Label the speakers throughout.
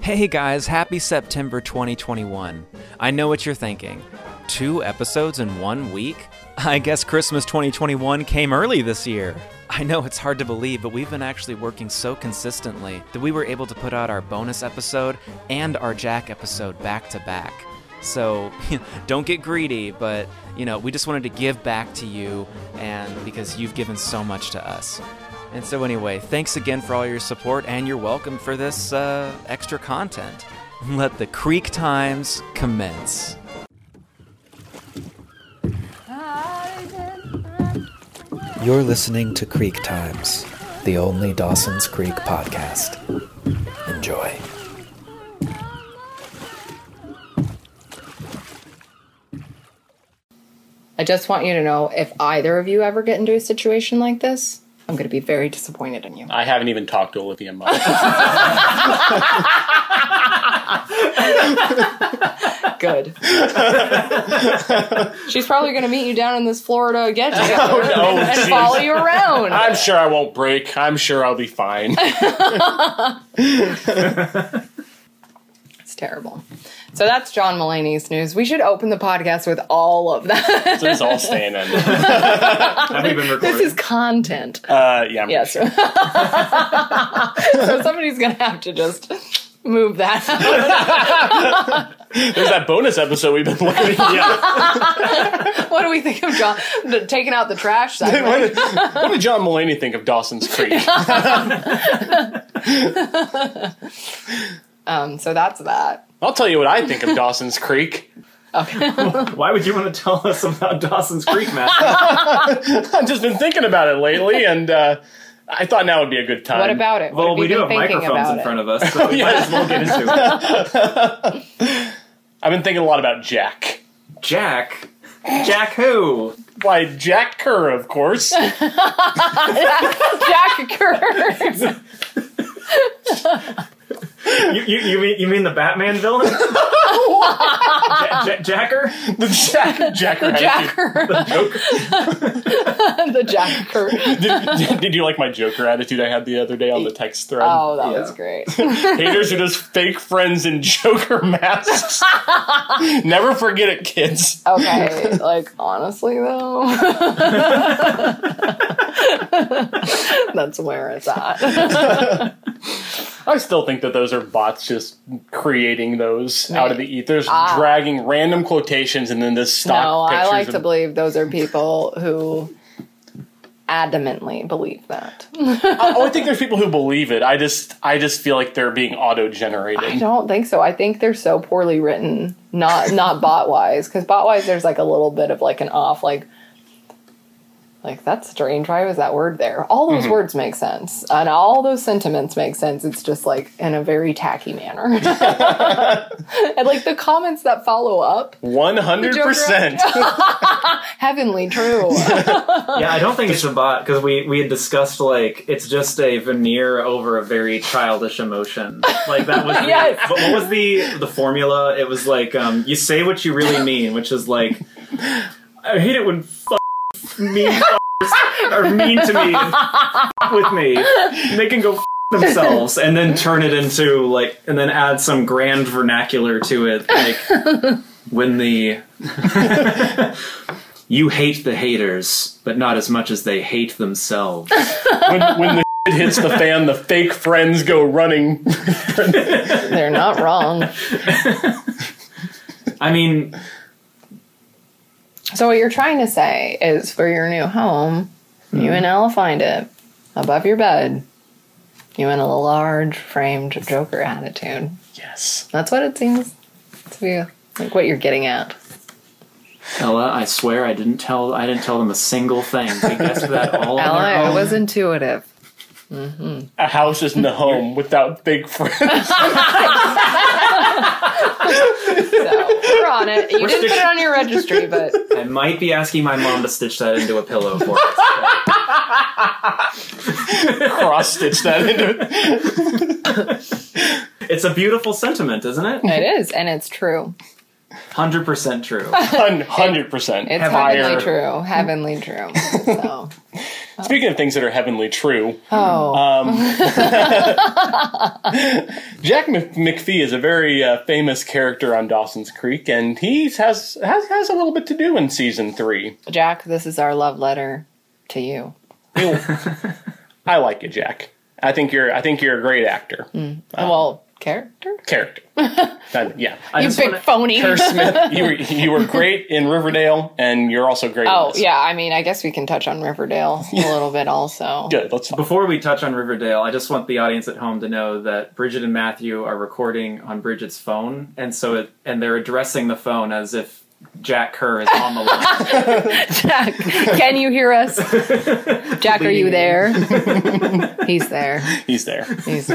Speaker 1: Hey guys, happy September 2021. I know what you're thinking. Two episodes in one week? I guess Christmas 2021 came early this year. I know it's hard to believe, but we've been actually working so consistently that we were able to put out our bonus episode and our Jack episode back to back. So don't get greedy, but you know, we just wanted to give back to you and because you've given so much to us. And so, anyway, thanks again for all your support, and you're welcome for this uh, extra content. Let the Creek Times commence.
Speaker 2: You're listening to Creek Times, the only Dawson's Creek podcast. Enjoy.
Speaker 3: I just want you to know if either of you ever get into a situation like this, I'm going to be very disappointed in you.
Speaker 4: I haven't even talked to Olivia much.
Speaker 3: Good. She's probably going to meet you down in this Florida get
Speaker 5: Oh,
Speaker 3: together
Speaker 4: no,
Speaker 3: and
Speaker 4: geez.
Speaker 3: follow you around.
Speaker 4: I'm sure I won't break. I'm sure I'll be fine.
Speaker 3: it's terrible. So that's John Mulaney's news. We should open the podcast with all of that.
Speaker 4: This is all staying in.
Speaker 5: Have you been recording?
Speaker 3: this is content.
Speaker 4: Uh, yeah, I'm
Speaker 3: Yes. so
Speaker 5: Uh-huh.
Speaker 3: somebody's going to have to just move that out.
Speaker 4: There's that bonus episode we've been waiting. yeah.
Speaker 3: What do we think of John taking out the trash? segment?
Speaker 4: what, did, what did John Mulaney think of Dawson's Creek?
Speaker 3: Um, so that's that.
Speaker 4: I'll tell you what I think of Dawson's Creek.
Speaker 5: Why would you want to tell us about Dawson's Creek, Matt?
Speaker 4: I've just been thinking about it lately, and uh, I thought now would be a good time.
Speaker 3: What about it?
Speaker 5: well,
Speaker 3: What
Speaker 5: we
Speaker 3: you
Speaker 5: do have
Speaker 3: been thinking
Speaker 5: microphones
Speaker 3: about
Speaker 5: in
Speaker 3: it?
Speaker 5: front of us, so we might
Speaker 4: Yes.
Speaker 5: as well get into it.
Speaker 4: I've been thinking a lot about Jack.
Speaker 5: Jack. Jack who?
Speaker 4: Why, Jack Kerr, of course.
Speaker 3: Jack Kerr.
Speaker 5: You, you, you, mean, you mean the Batman villain? Ja- Ja- Jacker?
Speaker 4: the Jack Jacker.
Speaker 3: Jacker.
Speaker 4: Joker.
Speaker 3: the Jacker.
Speaker 4: Did, did you like my Joker attitude I had the other day on the text thread?
Speaker 3: Oh, that
Speaker 5: Yeah.
Speaker 3: was great.
Speaker 4: Haters are just fake friends in Joker masks. Never forget it, kids.
Speaker 3: Okay, like honestly though. That's where it's at.
Speaker 4: I still think that those are bots just creating those out of the ethers,
Speaker 3: Ah.
Speaker 4: dragging random quotations and then this
Speaker 3: No,
Speaker 4: stock
Speaker 3: I
Speaker 4: pictures.
Speaker 3: like to
Speaker 4: of-
Speaker 3: believe those are people who adamantly believe that.
Speaker 4: oh, I think there's people who believe it. I just, I just feel like they're being
Speaker 3: I
Speaker 4: auto-generated.
Speaker 3: don't think so. I think they're so poorly written, not not bot wise. Because bot wise, there's like a little bit of like an off, like like that's strange. Why was that word there? All those words make sense, and all those sentiments make sense. It's just like in a very tacky manner, and like the comments that follow up,
Speaker 4: One hundred percent.
Speaker 3: heavenly true.
Speaker 5: Yeah, I don't think it's a bot because we, we had discussed like it's just a veneer over a very childish emotion. Like that was the-
Speaker 3: Yes.
Speaker 5: what, what was the the formula? It was like um, you say what you really mean, which is like I hate it when f- mean f- are mean to me and f- with me. And they can go f- themselves and then turn it into like and then add some grand vernacular to it, like when the you hate the haters, but not as much as they hate themselves.
Speaker 4: when, when the shit hits the fan, the fake friends go running.
Speaker 3: They're not wrong.
Speaker 5: I mean,
Speaker 3: So what you're trying to say is, for your new home,
Speaker 5: Hmm.
Speaker 3: you and Ella find it above your bed. You in a large framed Joker attitude.
Speaker 4: Yes.
Speaker 3: That's what it seems to be like what you're getting at.
Speaker 5: Ella, I swear I didn't tell I didn't tell them a single thing. They guessed that all on their
Speaker 3: Ella,
Speaker 5: own.
Speaker 3: it was intuitive.
Speaker 4: A house isn't a home without fake friends.
Speaker 3: So we're on it. You didn't put it on your registry, but
Speaker 5: I might be asking my mom to stitch that into a pillow for us.
Speaker 4: Cross stitch that into.
Speaker 5: it's a beautiful sentiment, isn't it?
Speaker 3: it is, and it's true.
Speaker 5: Hundred percent true.
Speaker 4: Hundred percent.
Speaker 3: It's
Speaker 4: higher.
Speaker 3: heavenly true. Heavenly true. So
Speaker 4: Speaking of things that are heavenly true,
Speaker 3: Oh,
Speaker 5: Uh,
Speaker 4: Jack Mc- McPhee is a very uh, famous character on Dawson's Creek, and he has, has has a little bit to do in season three.
Speaker 3: Jack, this is our love letter to you.
Speaker 4: I like you, Jack. I think you're I think you're a great actor
Speaker 3: Mm. well, character?
Speaker 4: character. Uh, yeah,
Speaker 5: um, I
Speaker 3: you
Speaker 5: just
Speaker 3: big
Speaker 5: wanna-
Speaker 3: phony.
Speaker 4: Kerr Smith, you were you were great in Riverdale, and you're also great.
Speaker 3: Oh,
Speaker 4: in this.
Speaker 3: yeah. I mean, I guess we can touch on Riverdale a little bit also.
Speaker 4: Good. Let's.
Speaker 5: Before we touch on Riverdale, I just want the audience at home to know that Bridget and Matthew are recording on Bridget's phone, and so it, and they're addressing the phone as if Jack Kerr is on the line.
Speaker 3: Jack, can you hear us? Jack, are you
Speaker 5: Please.
Speaker 3: there? He's there.
Speaker 4: He's there.
Speaker 3: He's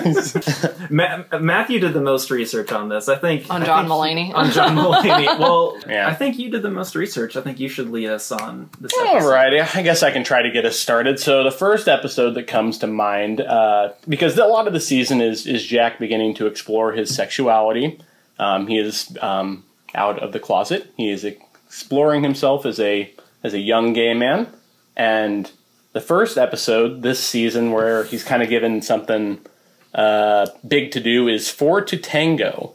Speaker 5: Ma- Matthew did the most research on this, I think.
Speaker 3: on
Speaker 5: I
Speaker 3: John
Speaker 5: think-
Speaker 3: Mulaney.
Speaker 5: On John Mulaney. Well,
Speaker 4: Yeah.
Speaker 5: I think you did the most research. I think you should lead us on this.
Speaker 4: All
Speaker 5: episode.
Speaker 4: right, I guess I can try to get us started. So the first episode that comes to mind, uh, because a lot of the season is is Jack beginning to explore his sexuality. Um, he is um, out of the closet. He is exploring himself as a as a young gay man. And the first episode this season, where he's kind of given something uh, big to do, is four to tango.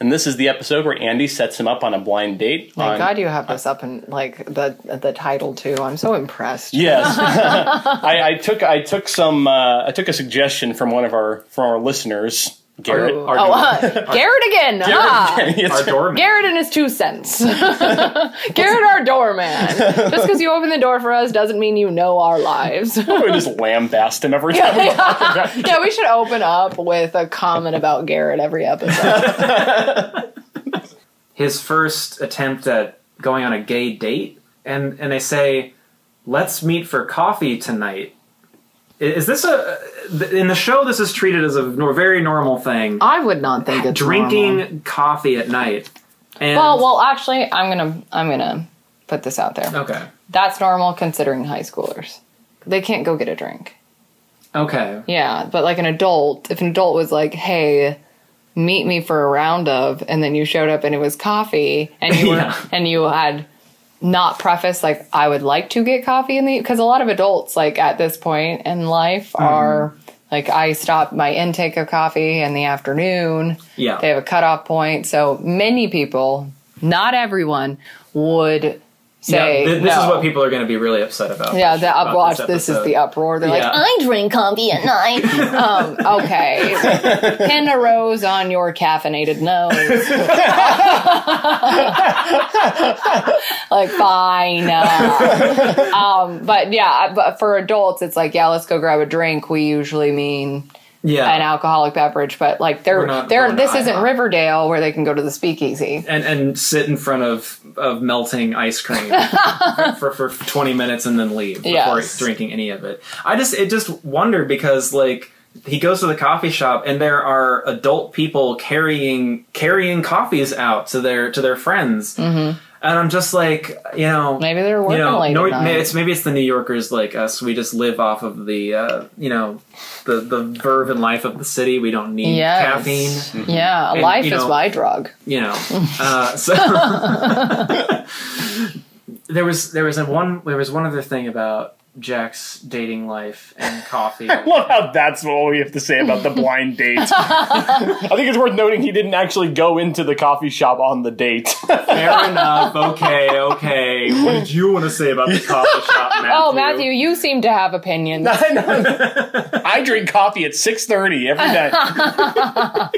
Speaker 4: And this is the episode where Andy sets him up on a blind date.
Speaker 3: My
Speaker 4: on-
Speaker 3: God, you have this up in like the the title too. I'm so impressed.
Speaker 4: Yes, I, I took I took some uh, I took a suggestion from one of our from our listeners, Garrett.
Speaker 3: Oh,
Speaker 5: Our-
Speaker 3: uh, Garrett again. huh?
Speaker 4: Yes.
Speaker 5: Our doorman.
Speaker 3: Garrett and his two cents. Garrett, our doorman. Just because you open the door for us doesn't mean you know our lives.
Speaker 4: we just lambaste him every time. we talk about it.
Speaker 3: yeah, we should open up with a comment about Garrett every episode.
Speaker 5: his first attempt at going on a gay date, and and they say, "Let's meet for coffee tonight." I- Is this a th- in the show? This is treated as a nor- very normal thing.
Speaker 3: I would not think it's
Speaker 5: Drinking
Speaker 3: normal.
Speaker 5: coffee at night. And,
Speaker 3: Well, well, actually, I'm gonna I'm gonna put this out there.
Speaker 5: okay,
Speaker 3: That's normal considering high schoolers. They can't go get a drink.
Speaker 5: okay.
Speaker 3: Yeah, but like an adult, if an adult was like, "Hey, meet me for a round of," and then you showed up and it was coffee, and you were,
Speaker 5: Yeah.
Speaker 3: and you had not preface like I would like to get coffee in the because a lot of adults like at this point in life
Speaker 5: Mm-hmm.
Speaker 3: are like I stop my intake of coffee in the afternoon.
Speaker 5: Yeah.
Speaker 3: They have a cutoff point, so many people, not everyone, would
Speaker 5: Yeah,
Speaker 3: say
Speaker 5: thi- this
Speaker 3: no.
Speaker 5: is what people are going to be really upset about.
Speaker 3: Yeah, the
Speaker 5: about
Speaker 3: up watch. This is
Speaker 5: episode.
Speaker 3: the uproar. They're
Speaker 5: Yeah.
Speaker 3: like, I drink coffee at night. um, okay, pin a rose on your caffeinated nose. like, fine. uh, um, but yeah, but for adults, it's like, yeah, let's go grab a drink. We usually mean
Speaker 5: yeah.
Speaker 3: an alcoholic beverage, but like, they're,
Speaker 5: We're not
Speaker 3: they're
Speaker 5: going to
Speaker 3: this isn't
Speaker 5: IHOP.
Speaker 3: Riverdale where they can go to the speakeasy.
Speaker 5: and and sit in front of of melting ice cream for, for for 20 minutes and then leave before
Speaker 3: Yes.
Speaker 5: drinking any of it. I just it just wonder because like he goes to the coffee shop and there are adult people carrying carrying coffees out to their to their friends. Mm-hmm. And I'm just like, you know,
Speaker 3: Maybe they're
Speaker 5: you
Speaker 3: working
Speaker 5: know,
Speaker 3: late
Speaker 5: nor-
Speaker 3: at night.
Speaker 5: may- it's maybe it's the New Yorkers like us. We just live off of the uh, you know the the verve and life of the city. We don't need
Speaker 3: Yes.
Speaker 5: caffeine Mm-hmm.
Speaker 3: Yeah,
Speaker 5: And,
Speaker 3: life
Speaker 5: you
Speaker 3: is
Speaker 5: know,
Speaker 3: my drug.
Speaker 5: you know. Uh, so there was there was a one there was one other thing about Jack's dating life and coffee.
Speaker 4: Love how that's what we have to say about the blind date. I think it's worth noting he didn't actually go into the coffee shop on the date.
Speaker 5: Fair enough. Okay, okay. What did you want to say about the coffee shop, Matthew?
Speaker 3: Oh, Matthew, you seem to have opinions.
Speaker 4: I know. I drink coffee at six thirty every night. um,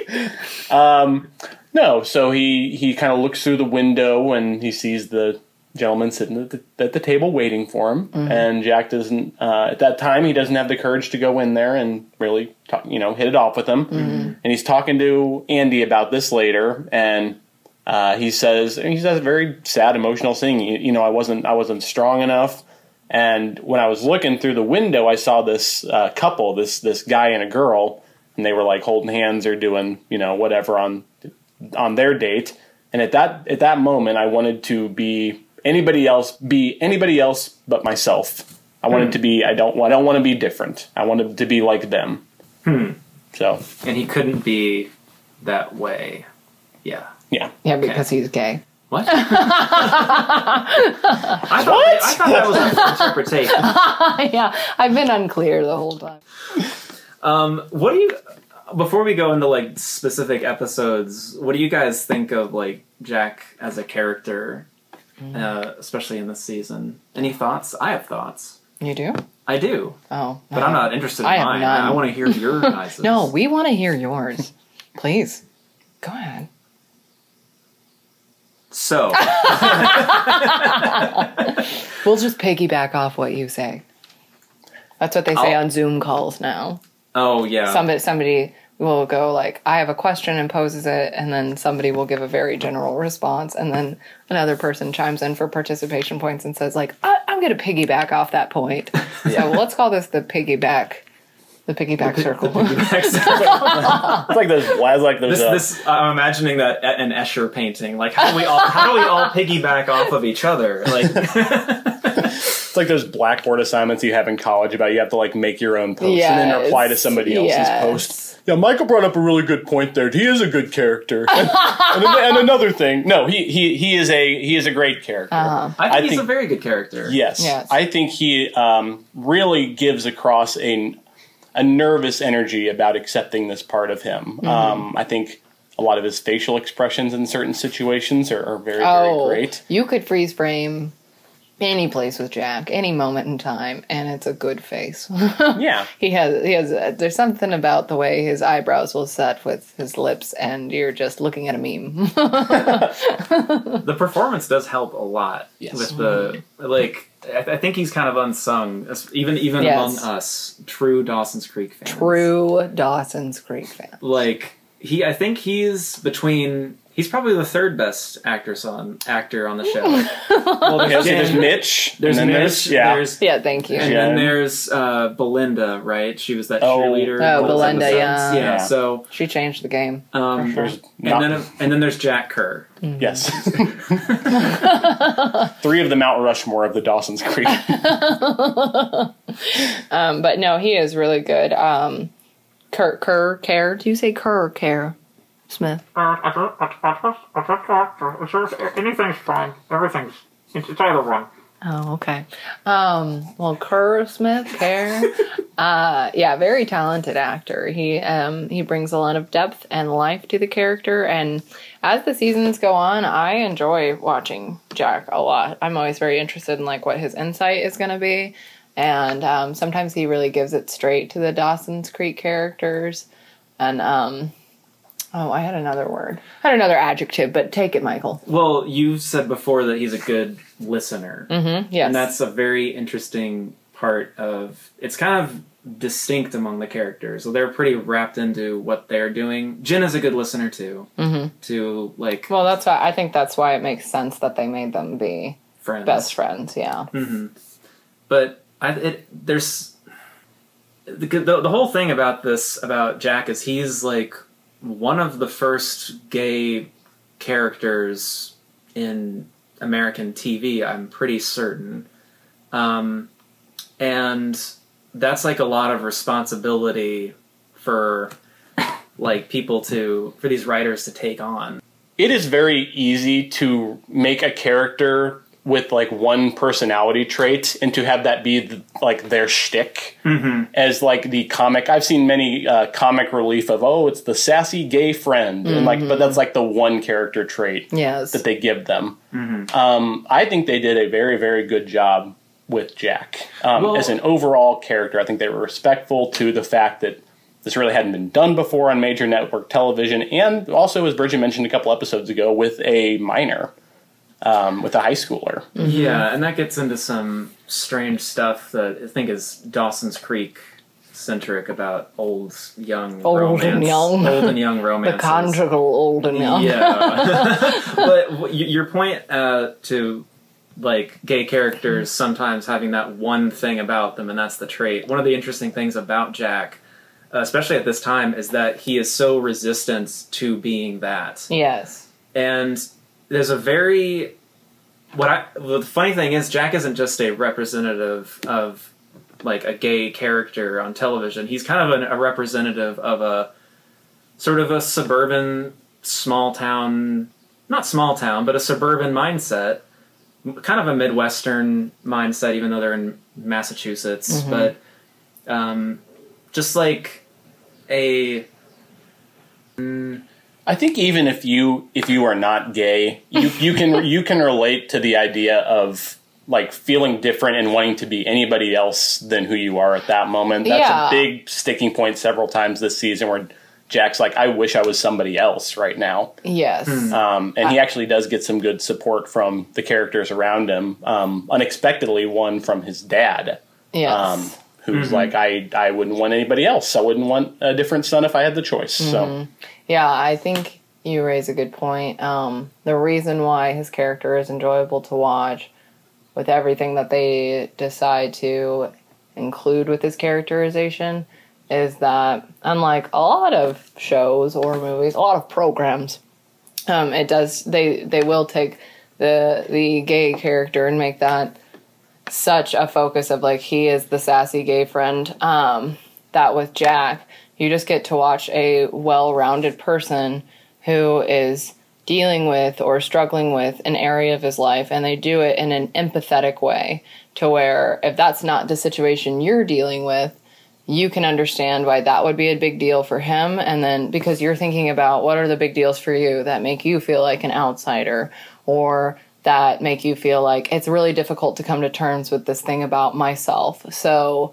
Speaker 4: no, so he he kind of looks through the window and he sees the gentleman sitting at the, at the table waiting for him. And Jack doesn't uh, at that time he doesn't have the courage to go in there and really talk, you know hit it off with him. And he's talking to Andy about this later and. Uh, he says he says a very sad, emotional thing. You, you know, I wasn't I wasn't strong enough. And when I was looking through the window, I saw this uh, couple, this this guy and a girl, and they were like holding hands or doing you know whatever on on their date. And at that at that moment, I wanted to be anybody else, be anybody else but myself. I wanted
Speaker 5: Hmm.
Speaker 4: to be I don't I don't want to be different. I wanted to be like them.
Speaker 5: Hmm.
Speaker 4: So
Speaker 5: And he couldn't be that way. Yeah.
Speaker 4: yeah,
Speaker 3: Yeah, because he's gay.
Speaker 5: What? I, thought, I thought that was an interpretation.
Speaker 3: yeah, I've been unclear the whole time.
Speaker 5: Um, what do you? Before we go into like specific episodes, what do you guys think of like Jack as a character,
Speaker 3: Mm.
Speaker 5: uh, especially in this season? Any thoughts? I have thoughts.
Speaker 3: You do?
Speaker 5: I do,
Speaker 3: Oh,
Speaker 5: but I'm not interested in
Speaker 3: I have
Speaker 5: mine.
Speaker 3: none.
Speaker 5: I want to hear your guys.
Speaker 3: No, we want to hear yours. Please, go ahead.
Speaker 5: So
Speaker 3: We'll just piggyback off what you say. That's what they say
Speaker 5: I'll-
Speaker 3: on Zoom calls now.
Speaker 5: oh yeah,
Speaker 3: Somebody, somebody will go like, "I have a question," and poses it, and then somebody will give a very general response, and then another person chimes in for participation points and says, "Like, I- I'm going to piggyback off that point." So let's call this the piggyback, the piggyback circle.
Speaker 4: It's like those. uh, Why is like there's
Speaker 5: this
Speaker 4: a,
Speaker 5: this I'm imagining that a- an Escher painting. Like how do we all how do we all piggyback off of each other? Like
Speaker 4: It's like those blackboard assignments you have in college about you have to like make your own post and then
Speaker 3: Yes.
Speaker 4: reply to somebody else's
Speaker 3: Yes.
Speaker 4: post. Yeah, Michael brought up a really good point there. He is a good character. and, and, and another thing, no, he he he is a he is a great character.
Speaker 5: I think
Speaker 4: I
Speaker 5: he's
Speaker 4: think-
Speaker 5: a very good character.
Speaker 4: Yes.
Speaker 3: Yes.
Speaker 4: I think he um, really gives across a, a nervous energy about accepting this part of him.
Speaker 5: Mm-hmm.
Speaker 4: Um, I think a lot of his facial expressions in certain situations are, are very,
Speaker 3: oh,
Speaker 4: very great.
Speaker 3: you could freeze frame any place with Jack, any moment in time, and it's a good face.
Speaker 4: Yeah.
Speaker 3: He has he has uh, there's something about the way his eyebrows will set with his lips and you're just looking at a meme.
Speaker 5: the performance does help a lot
Speaker 4: Yes.
Speaker 5: with the like I, I think he's kind of unsung as- even even
Speaker 3: Yes.
Speaker 5: among us true dawson's creek fans
Speaker 3: True Dawson's Creek fan.
Speaker 5: like he i think he's between he's probably the third best actress on actor on the show well
Speaker 4: Okay, so
Speaker 5: Jen,
Speaker 4: there's Mitch.
Speaker 5: there's
Speaker 4: and then
Speaker 5: Mitch,
Speaker 4: yeah.
Speaker 5: there's
Speaker 3: Yeah, thank you.
Speaker 5: and
Speaker 4: Yeah.
Speaker 5: then there's uh, belinda right she was that
Speaker 4: Oh.
Speaker 5: cheerleader in
Speaker 3: Oh,
Speaker 5: those
Speaker 3: Belinda,
Speaker 5: episodes.
Speaker 3: yeah.
Speaker 5: yeah
Speaker 4: Yeah.
Speaker 5: so
Speaker 3: She changed the game.
Speaker 5: um
Speaker 4: There's
Speaker 5: and
Speaker 4: not-
Speaker 5: then and then there's jack kerr
Speaker 3: Mm.
Speaker 4: Yes. Three of the Mount Rushmore of the Dawson's Creek.
Speaker 3: Um, but no, he is really good. Um Kerr Kerr Care. Do you say Kerr or Care? Smith.
Speaker 6: Uh, I don't, I, I trust, I trust the actor. It's just, anything's fine. Everything's, it's, it's either one.
Speaker 3: Oh, okay. Um, well, Kerr Smith, Kerr, uh, yeah, very talented actor. He um, he brings a lot of depth and life to the character. And as the seasons go on, I enjoy watching Jack a lot. I'm always very interested in like what his insight is going to be, and um, sometimes he really gives it straight to the Dawson's Creek characters. And um, oh, I had another word, I had another adjective, but take it, Michael.
Speaker 5: well you said before that he's a good listener
Speaker 3: Yes,
Speaker 5: and that's a very interesting part of it's kind of distinct among the characters so they're pretty wrapped into what they're doing jen is a good listener too mm-hmm. to like
Speaker 3: Well, that's why I think that's why it makes sense that they made them be
Speaker 5: friends
Speaker 3: best friends. Yeah,
Speaker 4: Mm.
Speaker 5: but I, it, there's the, the, the whole thing about this about jack is he's like one of the first gay characters in american tv i'm pretty certain um, and that's like a lot of responsibility for like people to for these writers to take on
Speaker 4: it is very easy to make a character with like one personality trait and to have that be th like their shtick as like the comic. I've seen many uh, comic relief of oh, it's the sassy gay friend, and like, but that's like the one character trait
Speaker 3: yes,
Speaker 4: that they give them. Um, I think they did a very very good job with Jack um,
Speaker 5: Well-
Speaker 4: as an overall character. I think they were respectful to the fact that. This really hadn't been done before on major network television, and also, as Bridget mentioned a couple episodes ago, with a minor, um, with a high schooler.
Speaker 3: Mm-hmm.
Speaker 5: Yeah, and that gets into some strange stuff that I think is Dawson's Creek centric about old young
Speaker 3: Old
Speaker 5: romance,
Speaker 3: and young.
Speaker 5: old and young
Speaker 3: the
Speaker 5: romance.
Speaker 3: conjugal old and young.
Speaker 5: Yeah, but wh- y- your point uh, to like gay characters
Speaker 3: Mm-hmm.
Speaker 5: sometimes having that one thing about them, and that's the trait. One of the interesting things about Jack, uh, especially at this time, is that he is so resistant to being that
Speaker 3: Yes,
Speaker 5: and there's a very what I well, the funny thing is Jack isn't just a representative of like a gay character on television. He's kind of an, a representative of a sort of a suburban small town not small town, but a suburban mindset, kind of a Midwestern mindset, even though they're in Massachusetts, but um, just like a
Speaker 4: I think even if you if you are not gay, you you can you can relate to the idea of like feeling different and wanting to be anybody else than who you are at that moment. That's
Speaker 3: Yeah.
Speaker 4: a big sticking point several times this season where Jack's like, I wish I was somebody else right now.
Speaker 3: Yes.
Speaker 4: Um, and he actually does get some good support from the characters around him. Um, unexpectedly, one from his dad,
Speaker 3: Yes.
Speaker 4: um, who's like, I, I wouldn't want anybody else. I wouldn't want a different son if I had the choice. So
Speaker 3: Mm-hmm. Yeah, I think you raise a good point. Um, the reason why his character is enjoyable to watch, with everything that they decide to include with his characterization, is that unlike a lot of shows or movies, a lot of programs, um, it does they they will take the the gay character and make that such a focus of like he is the sassy gay friend. Um, that with Jack, you just get to watch a well rounded person who is dealing with or struggling with an area of his life, and they do it in an empathetic way to where if that's not the situation you're dealing with, you can understand why that would be a big deal for him. And then because you're thinking about what are the big deals for you that make you feel like an outsider or that make you feel like it's really difficult to come to terms with this thing about myself. So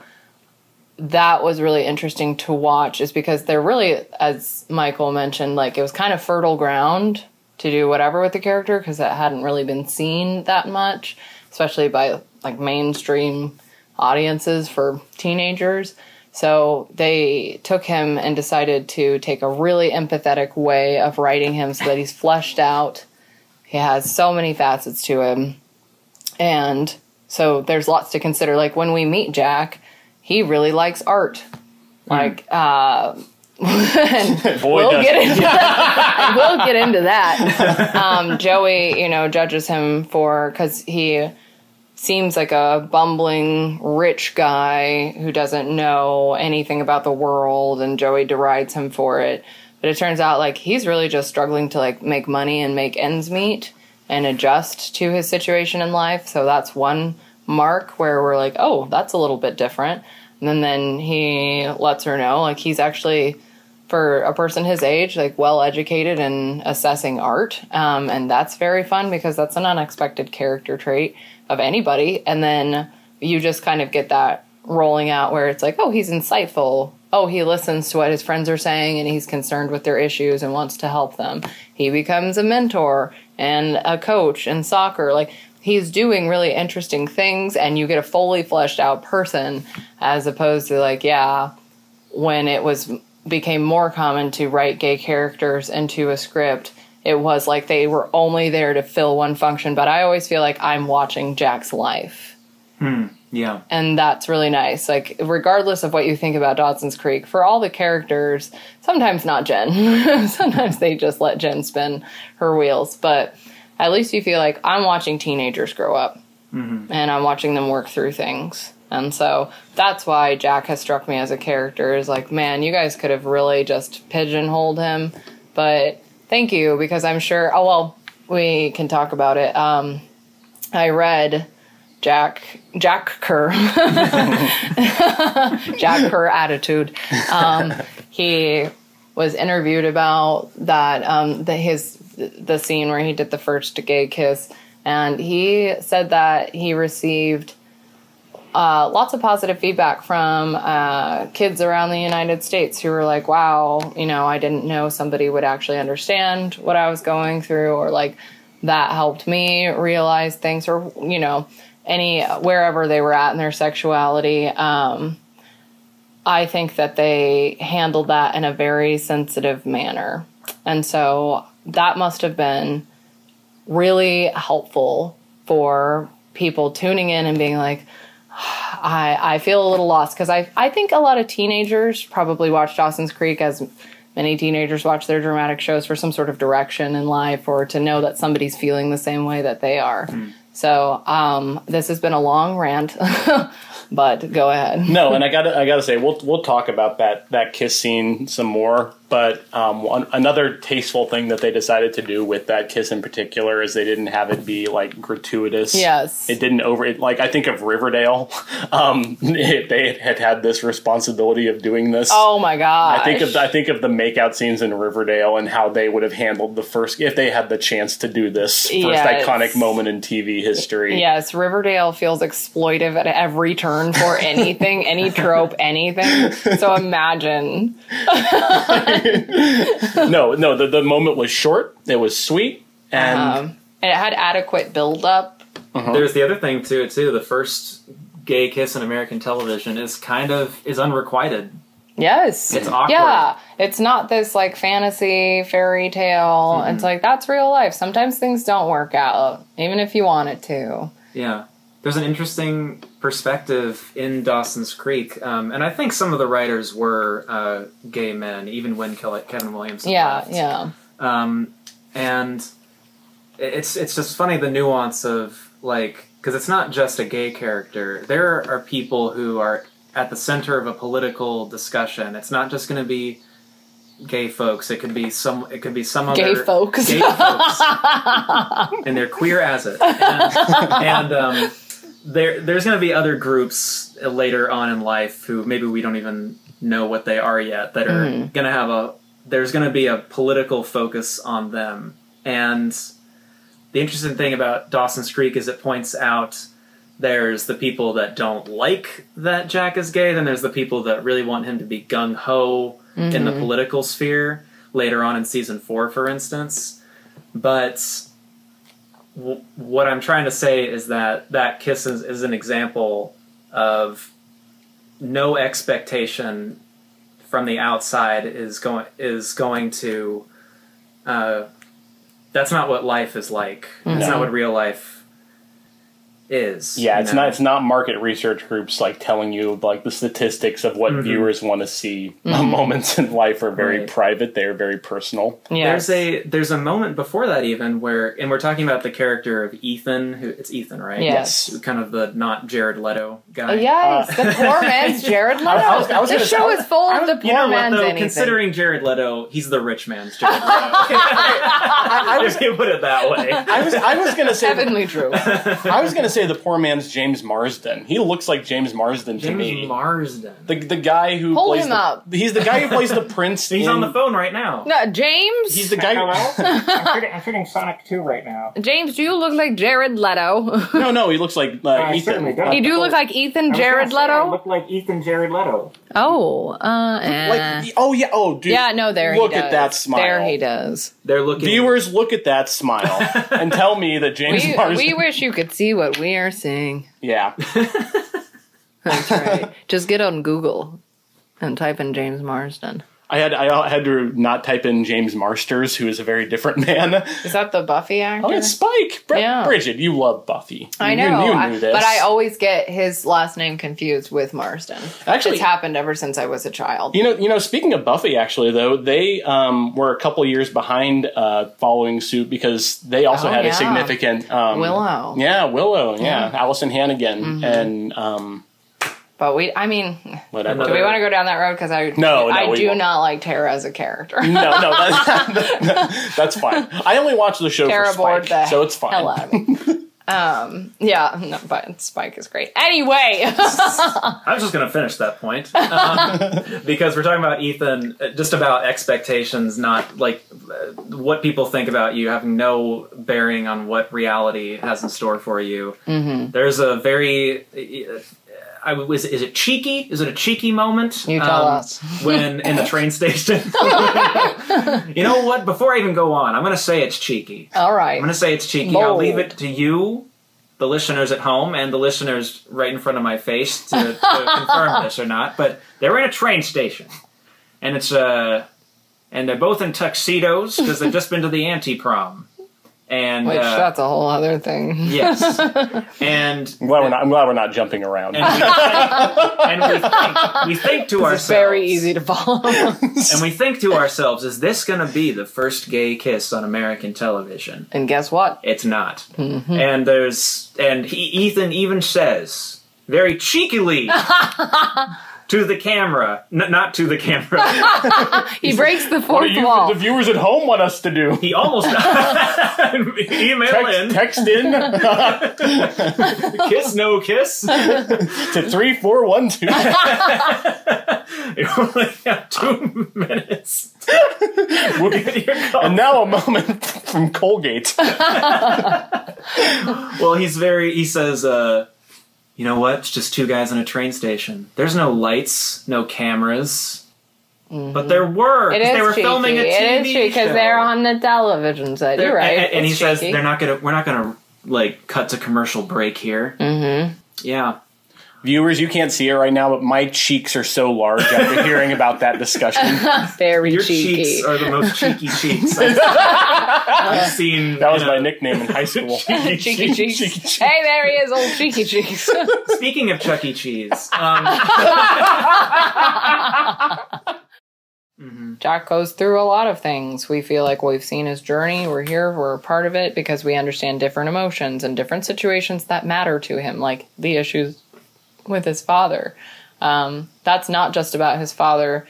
Speaker 3: that was really interesting to watch is because they're really as michael mentioned like it was kind of fertile ground to do whatever with the character because it hadn't really been seen that much especially by like mainstream audiences for teenagers so they took him and decided to take a really empathetic way of writing him so that he's fleshed out he has so many facets to him and so there's lots to consider like when we meet jack he really likes art. Like, uh,
Speaker 4: boy,
Speaker 3: we'll
Speaker 4: does
Speaker 3: get into that. we'll get into that. Um, Joey, you know, judges him for because he seems like a bumbling rich guy who doesn't know anything about the world, and Joey derides him for it. But it turns out like he's really just struggling to like make money and make ends meet and adjust to his situation in life. So that's one mark where we're like, oh, that's a little bit different. And then he lets her know like he's actually for a person his age, like well educated and assessing art. Um, and that's very fun because that's an unexpected character trait of anybody. And then you just kind of get that rolling out where it's like, oh, he's insightful. Oh, he listens to what his friends are saying and he's concerned with their issues and wants to help them. He becomes a mentor and a coach in soccer. Like, he's doing really interesting things, and you get a fully fleshed out person as opposed to, like, yeah, when it was became more common to write gay characters into a script it was like they were only there to fill one function but i always feel like i'm watching jack's life
Speaker 5: yeah.
Speaker 3: and that's really nice like regardless of what you think about dodson's creek for all the characters sometimes not jen sometimes they just let jen spin her wheels but at least you feel like i'm watching teenagers grow up and i'm watching them work through things and so that's why jack has struck me as a character is like man you guys could have really just pigeonholed him but thank you because i'm sure oh well we can talk about it um, i read Jack Jack Kerr Jack Kerr attitude. Um, he was interviewed about that um, the, his the scene where he did the first gay kiss, and he said that he received uh, lots of positive feedback from uh, kids around the United States who were like, wow, you know, I didn't know somebody would actually understand what I was going through, or like that helped me realize things, or, you know, any wherever they were at in their sexuality. Um, I think that they handled that in a very sensitive manner. And so that must have been really helpful for people tuning in and being like, I, I feel a little lost because I, I think a lot of teenagers probably watch Dawson's Creek as many teenagers watch their dramatic shows for some sort of direction in life or to know that somebody's feeling the same way that they are. So um, this has been a long rant, but go ahead.
Speaker 4: no, and I gotta I gotta say we'll we'll talk about that that kiss scene some more But um, one, another tasteful thing that they decided to do with that kiss in particular is they didn't have it be like gratuitous.
Speaker 3: Yes.
Speaker 4: It didn't over it. Like I think of Riverdale, um, if they had had this responsibility of doing this.
Speaker 3: Oh my god!
Speaker 4: I think of I think of the makeout scenes in Riverdale and how they would have handled the first if they had the chance to do this first
Speaker 3: Yes.
Speaker 4: iconic moment in TV history.
Speaker 3: Yes, Riverdale feels exploitive at every turn for anything, any trope, anything. So imagine.
Speaker 4: No, no, the, the moment was short. It was sweet, and
Speaker 3: Um, and it had adequate buildup. Oh.
Speaker 5: There's the other thing too. Too the first gay kiss in American television is kind of is unrequited.
Speaker 3: Yes.
Speaker 5: It's awkward.
Speaker 3: Yeah. It's not this like fantasy fairy tale. It's like that's real life. Sometimes things don't work out, even if you want it to.
Speaker 5: Yeah. There's an interesting perspective in Dawson's Creek, um, and I think some of the writers were uh, gay men, even when Kel- Kevin Williamson.
Speaker 3: Yeah,
Speaker 5: left.
Speaker 3: yeah.
Speaker 5: um, and it's it's just funny the nuance of like because it's not just a gay character. There are people who are at the center of a political discussion. It's not just going to be gay folks. It could be some. It could be some
Speaker 3: Gay
Speaker 5: other
Speaker 3: folks.
Speaker 5: Gay folks, and they're queer as it. And, and um, there, there's going to be other groups later on in life who maybe we don't even know what they are yet that are going to have a there's going to be a political focus on them. And the interesting thing about Dawson's Creek is it points out there's the people that don't like that Jack is gay, then there's the people that really want him to be gung ho in the political sphere later on in season four, for instance. But w- what I'm trying to say is that that kiss is, is an example of no expectation from the outside is going is going to. Uh, that's not what life is like. That's not what real life is.
Speaker 4: yeah,
Speaker 5: you
Speaker 4: it's
Speaker 5: know?
Speaker 4: not it's not market research groups like telling you like the statistics of what viewers want to see. uh, Moments in life are very
Speaker 5: Right.
Speaker 4: private; they are very personal.
Speaker 3: Yeah.
Speaker 5: There's a there's a moment before that even where and we're talking about the character of Ethan who it's Ethan right
Speaker 3: Yes. Uh,
Speaker 5: Who- kind of the not Jared Leto guy
Speaker 3: Oh, Yes, the poor man's Jared Leto.
Speaker 4: Uh, I was- I was
Speaker 3: the
Speaker 4: gonna say-
Speaker 3: show
Speaker 4: I was-
Speaker 3: is full of the poor
Speaker 5: you know what
Speaker 3: man's
Speaker 5: though
Speaker 3: anything.
Speaker 5: considering Jared Leto he's the rich man's Jared Leto if you put it that way
Speaker 4: I was I was gonna say
Speaker 3: Heavenly true.
Speaker 4: I was gonna say the poor man's James Marsden. He looks like James Marsden to me.
Speaker 5: James Marsden
Speaker 4: the, the guy who
Speaker 3: Pull
Speaker 4: plays
Speaker 3: him
Speaker 4: the,
Speaker 3: up.
Speaker 4: He's the guy who plays the prince.
Speaker 5: he's
Speaker 4: in-
Speaker 5: on the phone right now
Speaker 3: No, James.
Speaker 4: He's the guy. Who,
Speaker 6: Hello? I'm, shooting, I'm shooting Sonic 2 right now.
Speaker 3: James, do you look like Jared Leto?
Speaker 4: no, no, he looks like uh,
Speaker 6: I certainly
Speaker 4: Ethan.
Speaker 6: don't.
Speaker 3: you do look like Ethan
Speaker 6: I
Speaker 3: Jared
Speaker 6: was gonna say I
Speaker 3: Leto.
Speaker 6: look like Ethan Jared Leto.
Speaker 3: Oh, uh, eh.
Speaker 4: Like, oh yeah, oh dude.
Speaker 3: yeah, no, there.
Speaker 4: Look
Speaker 3: he does.
Speaker 4: at that smile.
Speaker 3: There he does.
Speaker 5: they're looking
Speaker 4: Viewers, look at that smile and tell me that James
Speaker 3: We,
Speaker 4: Marsden.
Speaker 3: we wish you could see what we are seeing.
Speaker 4: yeah,
Speaker 3: That's right. Just get on Google and type in James Marsden.
Speaker 4: I had I had to not type in James Marsters, who is a very different man.
Speaker 3: Is that the Buffy actor?
Speaker 4: Oh, it's Spike. Br-
Speaker 3: Yeah.
Speaker 4: Bridget, you love Buffy.
Speaker 3: I
Speaker 4: You-
Speaker 3: know,
Speaker 4: You,
Speaker 3: I-
Speaker 4: knew this.
Speaker 3: but I always get his last name confused with Marsden.
Speaker 4: Actually-
Speaker 3: it's happened ever since I was a child.
Speaker 4: You know, you know. Speaking of Buffy, actually, though, they um, were a couple years behind uh, following suit because they also
Speaker 3: Oh,
Speaker 4: had
Speaker 3: yeah.
Speaker 4: a significant um,
Speaker 3: Willow. Mm-hmm.
Speaker 4: Yeah, Willow. Yeah, Allison Hannigan and um,
Speaker 3: But we, I mean,
Speaker 4: whatever.
Speaker 5: Another-
Speaker 3: do we want to go down that road? Because I
Speaker 4: No, no,
Speaker 3: I
Speaker 4: we
Speaker 3: do
Speaker 4: won't.
Speaker 3: not like Tara as a character.
Speaker 4: no, no, that's, that's fine. I only watch the show
Speaker 3: Tara
Speaker 4: for Spike,
Speaker 3: bored the
Speaker 4: so it's fine.
Speaker 3: hell out of me. um, yeah, no, but Spike is great. Anyway,
Speaker 5: I was just going to finish that point um, because we're talking about Ethan, uh, just about expectations, not like uh, what people think about you having no bearing on what reality has in store for you.
Speaker 3: Mm-hmm.
Speaker 5: There's a very, uh, I was, is it cheeky? Is it a cheeky moment?
Speaker 3: You tell
Speaker 5: Um,
Speaker 3: us.
Speaker 5: when in the train station. you know what? Before I even go on, I'm going to say it's cheeky.
Speaker 3: all right.
Speaker 5: I'm going to say it's cheeky. I'll
Speaker 3: Bold.
Speaker 5: leave it to you, the listeners at home, and the listeners right in front of my face to, to confirm this or not. But they were in a train station, and it's uh, and they're both in tuxedos because they've just been to the anti prom, and
Speaker 3: Which
Speaker 5: uh,
Speaker 3: that's a whole other thing.
Speaker 5: yes, and.
Speaker 4: I'm glad we're not. I'm glad we're not jumping around.
Speaker 5: And, we think, and we, think, we think to ourselves.
Speaker 3: It's very easy to follow.
Speaker 5: And we think to ourselves, is this going to be the first gay kiss on American television?
Speaker 3: and guess what?
Speaker 5: It's not.
Speaker 3: Mm-hmm.
Speaker 5: And there's and he, Ethan even says very cheekily to the camera, N- not to the camera.
Speaker 3: He breaks the
Speaker 4: What do
Speaker 3: fourth
Speaker 4: you,
Speaker 3: wall.
Speaker 4: the viewers at home want us to do?
Speaker 5: He almost email in
Speaker 4: Text, text in to
Speaker 5: kiss no kiss.
Speaker 4: three four one two.
Speaker 5: You only have two minutes.
Speaker 4: and now a moment from Colgate.
Speaker 5: Well, he's very. He says, uh, "You know what? It's just two guys in a train station. There's no lights, no cameras." But there were.
Speaker 3: Mm-hmm. It
Speaker 5: 'cause
Speaker 3: is
Speaker 5: they were filming a
Speaker 3: cheeky.
Speaker 5: TV
Speaker 3: It is cheeky
Speaker 5: show.
Speaker 3: because they're on the television set. You're
Speaker 5: They're-
Speaker 3: right.
Speaker 5: And, and he
Speaker 3: It's
Speaker 5: says
Speaker 3: cheeky.
Speaker 5: they're not gonna. We're not gonna like cut to commercial break here. Mm-hmm. Yeah.
Speaker 4: Viewers, you can't see it right now, but my cheeks are so large after hearing about that discussion.
Speaker 3: very
Speaker 5: Your
Speaker 3: cheeky.
Speaker 5: cheeks are the most cheeky cheeks I've, I've seen.
Speaker 4: That was
Speaker 5: in a-
Speaker 4: my nickname in high school.
Speaker 3: cheeky cheeks. Hey, there he is, old cheeky cheeks.
Speaker 5: Speaking of Chuck E. Cheese, um,
Speaker 3: Jack goes through a lot of things. We feel like we've seen his journey. We're here. We're a part of it because we understand different emotions and different situations that matter to him, like the issues with his father. Um, that's not just about his father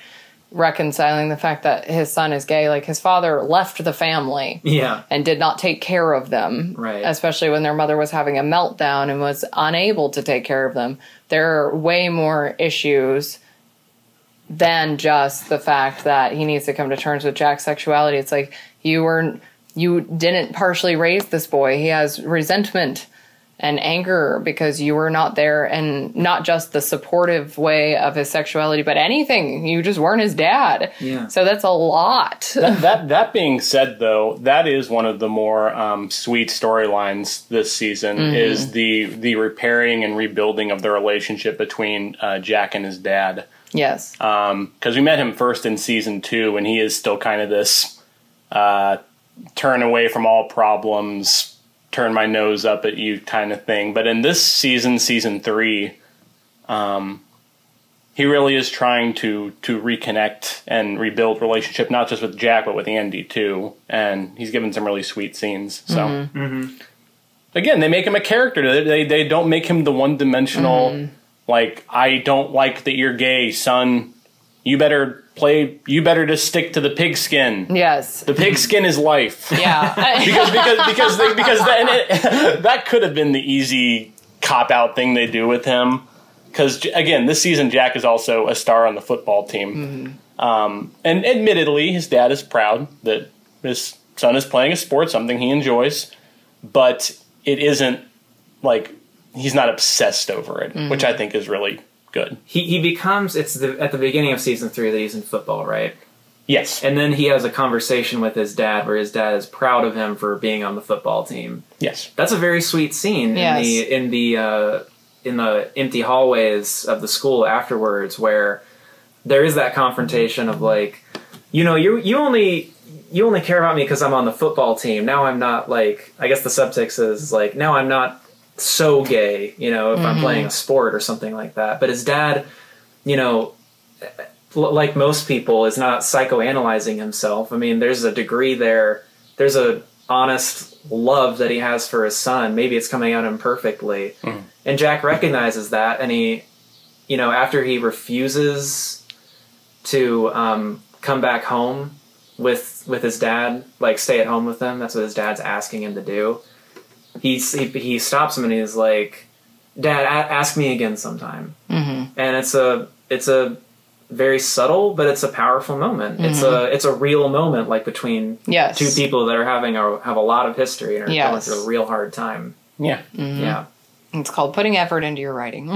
Speaker 3: reconciling the fact that his son is gay. Like his father left the family.
Speaker 5: yeah.
Speaker 3: and did not take care of them.
Speaker 5: Right.
Speaker 3: Especially when their mother was having a meltdown and was unable to take care of them. There are way more issues than just the fact that he needs to come to terms with Jack's sexuality. It's like you were you didn't partially raise this boy. He has resentment and anger because you were not there and not just the supportive way of his sexuality, but anything. You just weren't his dad.
Speaker 5: Yeah.
Speaker 3: So that's a lot.
Speaker 4: that that being said, though, that is one of the more um, sweet storylines this season
Speaker 3: Mm-hmm.
Speaker 4: is the the repairing and rebuilding of the relationship between uh, Jack and his dad.
Speaker 3: yes.
Speaker 4: Because we met him first in season two, and he is still kind of this uh, turn away from all problems, turn my nose up at you kind of thing. But in this season, season three, um, he really is trying to to reconnect and rebuild relationship, not just with Jack but with Andy too. And he's given some really sweet scenes. So. Again, they make him a character. They they, they don't make him the one dimensional. Like I don't like that you're gay, son. You better play. You better just stick to the pigskin.
Speaker 3: yes.
Speaker 4: The pigskin is life
Speaker 3: Yeah.
Speaker 4: because because because they, because that, and it, that could have been the easy cop out thing they do with him. Because again, this season Jack is also a star on the football team, um, and admittedly, his dad is proud that his son is playing a sport, something he enjoys, but it isn't like he's not obsessed over it, which I think is really good.
Speaker 5: He, he becomes it's the at the beginning of season three that he's in football, right?
Speaker 4: Yes,
Speaker 5: And then he has a conversation with his dad where his dad is proud of him for being on the football team.
Speaker 4: yes,
Speaker 5: That's a very sweet scene
Speaker 3: Yes.
Speaker 5: in the in the uh, in the empty hallways of the school afterwards where there is that confrontation of like, you know, you you only you only care about me because I'm on the football team. Now I'm not like I guess the subtext is like now I'm not so gay, you know, if I'm playing a sport or something like that. But his dad, you know, l- like most people, is not psychoanalyzing himself. I mean, there's a degree there. There's a honest love that he has for his son. Maybe it's coming out imperfectly, and Jack recognizes that, and he, you know, after he refuses to um, come back home with with his dad, like stay at home with him. That's what his dad's asking him to do. He's, he he stops him and he's like, "Dad, a- ask me again sometime." Mm-hmm. And it's a it's a very subtle, but it's a powerful moment. It's a it's a real moment, like between
Speaker 3: Mm-hmm. Yes.
Speaker 5: two people that are having a have a lot of history and are going
Speaker 3: Yes. Mm-hmm.
Speaker 5: through a real hard time.
Speaker 4: yeah.
Speaker 5: Yeah,
Speaker 3: It's called putting effort into your writing.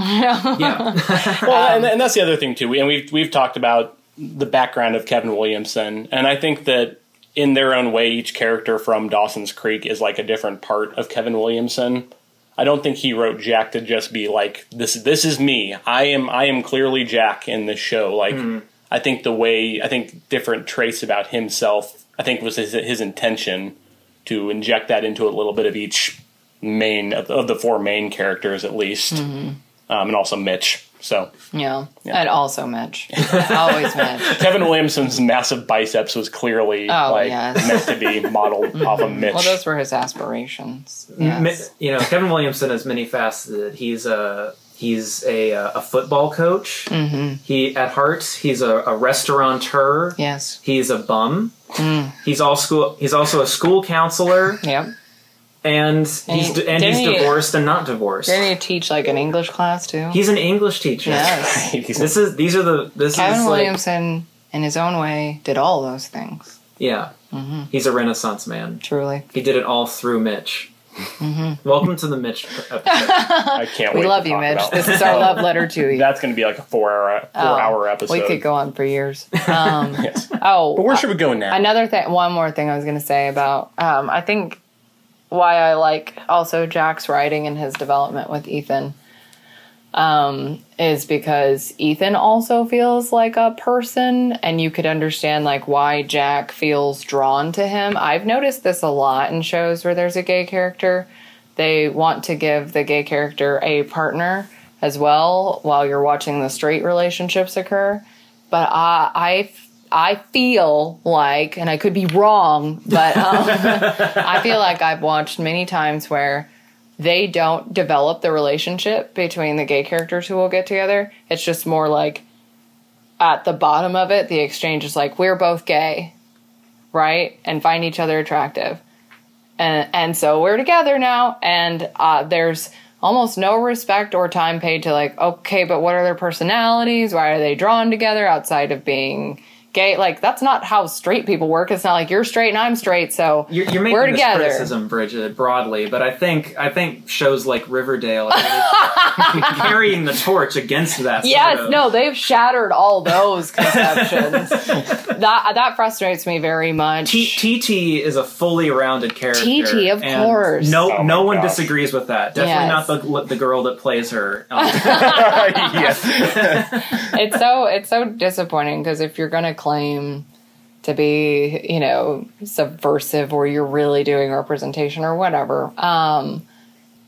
Speaker 5: yeah,
Speaker 4: Well, and, and that's the other thing too. We- And we've we've talked about the background of Kevin Williamson, and I think that in their own way, each character from Dawson's Creek is like a different part of Kevin Williamson. I don't think he wrote Jack to just be like this. This is me. I am. I am clearly Jack in this show. Like I think the way I think different traits about himself. I think was his, his intention to inject that into a little bit of each main of, of the four main characters at least, um, and also Mitch. So
Speaker 3: yeah. And also Mitch. Always Mitch.
Speaker 4: Kevin Williamson's massive biceps was clearly
Speaker 3: Oh,
Speaker 4: like
Speaker 3: yes.
Speaker 4: meant to be modeled off of Mitch.
Speaker 3: Well, those were his aspirations.
Speaker 5: Mi-
Speaker 3: Yes.
Speaker 5: You know, Kevin Williamson is many faceted. He's a He's a, uh, a football coach.
Speaker 3: Mm-hmm.
Speaker 5: He at heart he's a, a restaurateur.
Speaker 3: Yes. Mm.
Speaker 5: He's a bum. He's all school. He's also a school counselor,
Speaker 3: Yep.
Speaker 5: and he's
Speaker 3: And he-
Speaker 5: and he's
Speaker 3: didn't he-
Speaker 5: divorced and not divorced.
Speaker 3: Didn't you teach like an English class too?
Speaker 5: He's an English teacher.
Speaker 3: yes.
Speaker 5: This is these are the this
Speaker 3: Kevin
Speaker 5: is like
Speaker 3: Williamson, in his own way, did all those things.
Speaker 5: yeah.
Speaker 3: Mm-hmm.
Speaker 5: He's a Renaissance man.
Speaker 3: Truly.
Speaker 5: He did it all through Mitch.
Speaker 3: Mm-hmm.
Speaker 5: Welcome to the Mitch episode.
Speaker 4: I can't
Speaker 3: We
Speaker 4: wait.
Speaker 3: love
Speaker 4: to
Speaker 3: you,
Speaker 4: talk
Speaker 3: Mitch.
Speaker 4: about
Speaker 3: This is our love letter to you.
Speaker 4: That's going to be like a four hour four
Speaker 3: Oh,
Speaker 4: hour episode.
Speaker 3: We could go on for years. Um,
Speaker 4: Yes.
Speaker 3: Oh,
Speaker 4: But where should we go now?
Speaker 3: another thing one more thing i was going to say about um, i think why i like also jack's writing and his development with ethan um, is because ethan also feels like a person and you could understand like why jack feels drawn to him i've noticed this a lot in shows where there's a gay character they want to give the gay character a partner as well while you're watching the straight relationships occur but I, I, I feel like, and I could be wrong, but um, I feel like I've watched many times where they don't develop the relationship between the gay characters who will get together. It's just more like at the bottom of it, the exchange is like, we're both gay, right? And find each other attractive. And, and so we're together now, and uh, there's almost no respect or time paid to, like, okay, but what are their personalities? Why are they drawn together outside of being gay? Like, that's not how straight people work. It's not like you're straight and I'm straight, so
Speaker 5: You're, you're making
Speaker 3: we're
Speaker 5: this
Speaker 3: together.
Speaker 5: criticism, Bridget, broadly, but I think I think shows like Riverdale are really carrying the torch against that. sort
Speaker 3: Yes,
Speaker 5: of-
Speaker 3: no, they've shattered all those conceptions. that that frustrates me very much.
Speaker 5: T- TT is a fully rounded character.
Speaker 3: TT, of
Speaker 5: and
Speaker 3: course.
Speaker 5: No,
Speaker 4: Oh my
Speaker 5: no one
Speaker 4: gosh.
Speaker 5: disagrees with that. Definitely
Speaker 3: Yes.
Speaker 5: not the the girl that plays her. Um,
Speaker 4: yes.
Speaker 3: it's so it's so disappointing because if you're gonna claim to be, you know, subversive or you're really doing representation or whatever, um,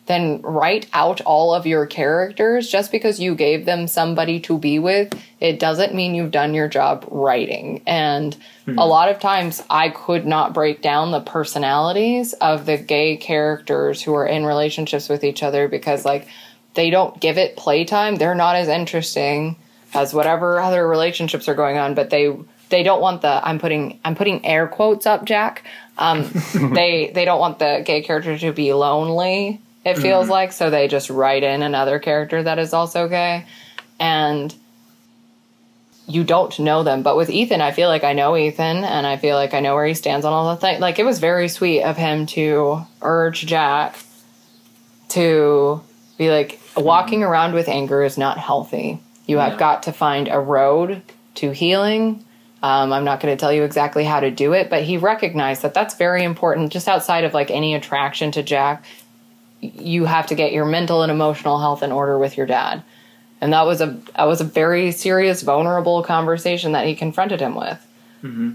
Speaker 3: then write out all of your characters. Just because you gave them somebody to be with, it doesn't mean you've done your job writing. And a lot of times I could not break down the personalities of the gay characters who are in relationships with each other because, like, they don't give it playtime. They're not as interesting as whatever other relationships are going on, but they. They don't want the I'm putting I'm putting air quotes up, Jack Um, they they don't want the gay character to be lonely. It feels like so they just write in another character that is also gay, and you don't know them. But with Ethan, I feel like I know Ethan, and I feel like I know where he stands on all the things. Like it was very sweet of him to urge Jack to be like walking around with anger is not healthy. You have
Speaker 5: Mm-hmm. Yeah.
Speaker 3: got to find a road to healing. Um, I'm not going to tell you exactly how to do it, but he recognized that that's very important. Just outside of like any attraction to Jack, y- you have to get your mental and emotional health in order with your dad, and that was a that was a very serious, vulnerable conversation that he confronted him with.
Speaker 5: Mm-hmm.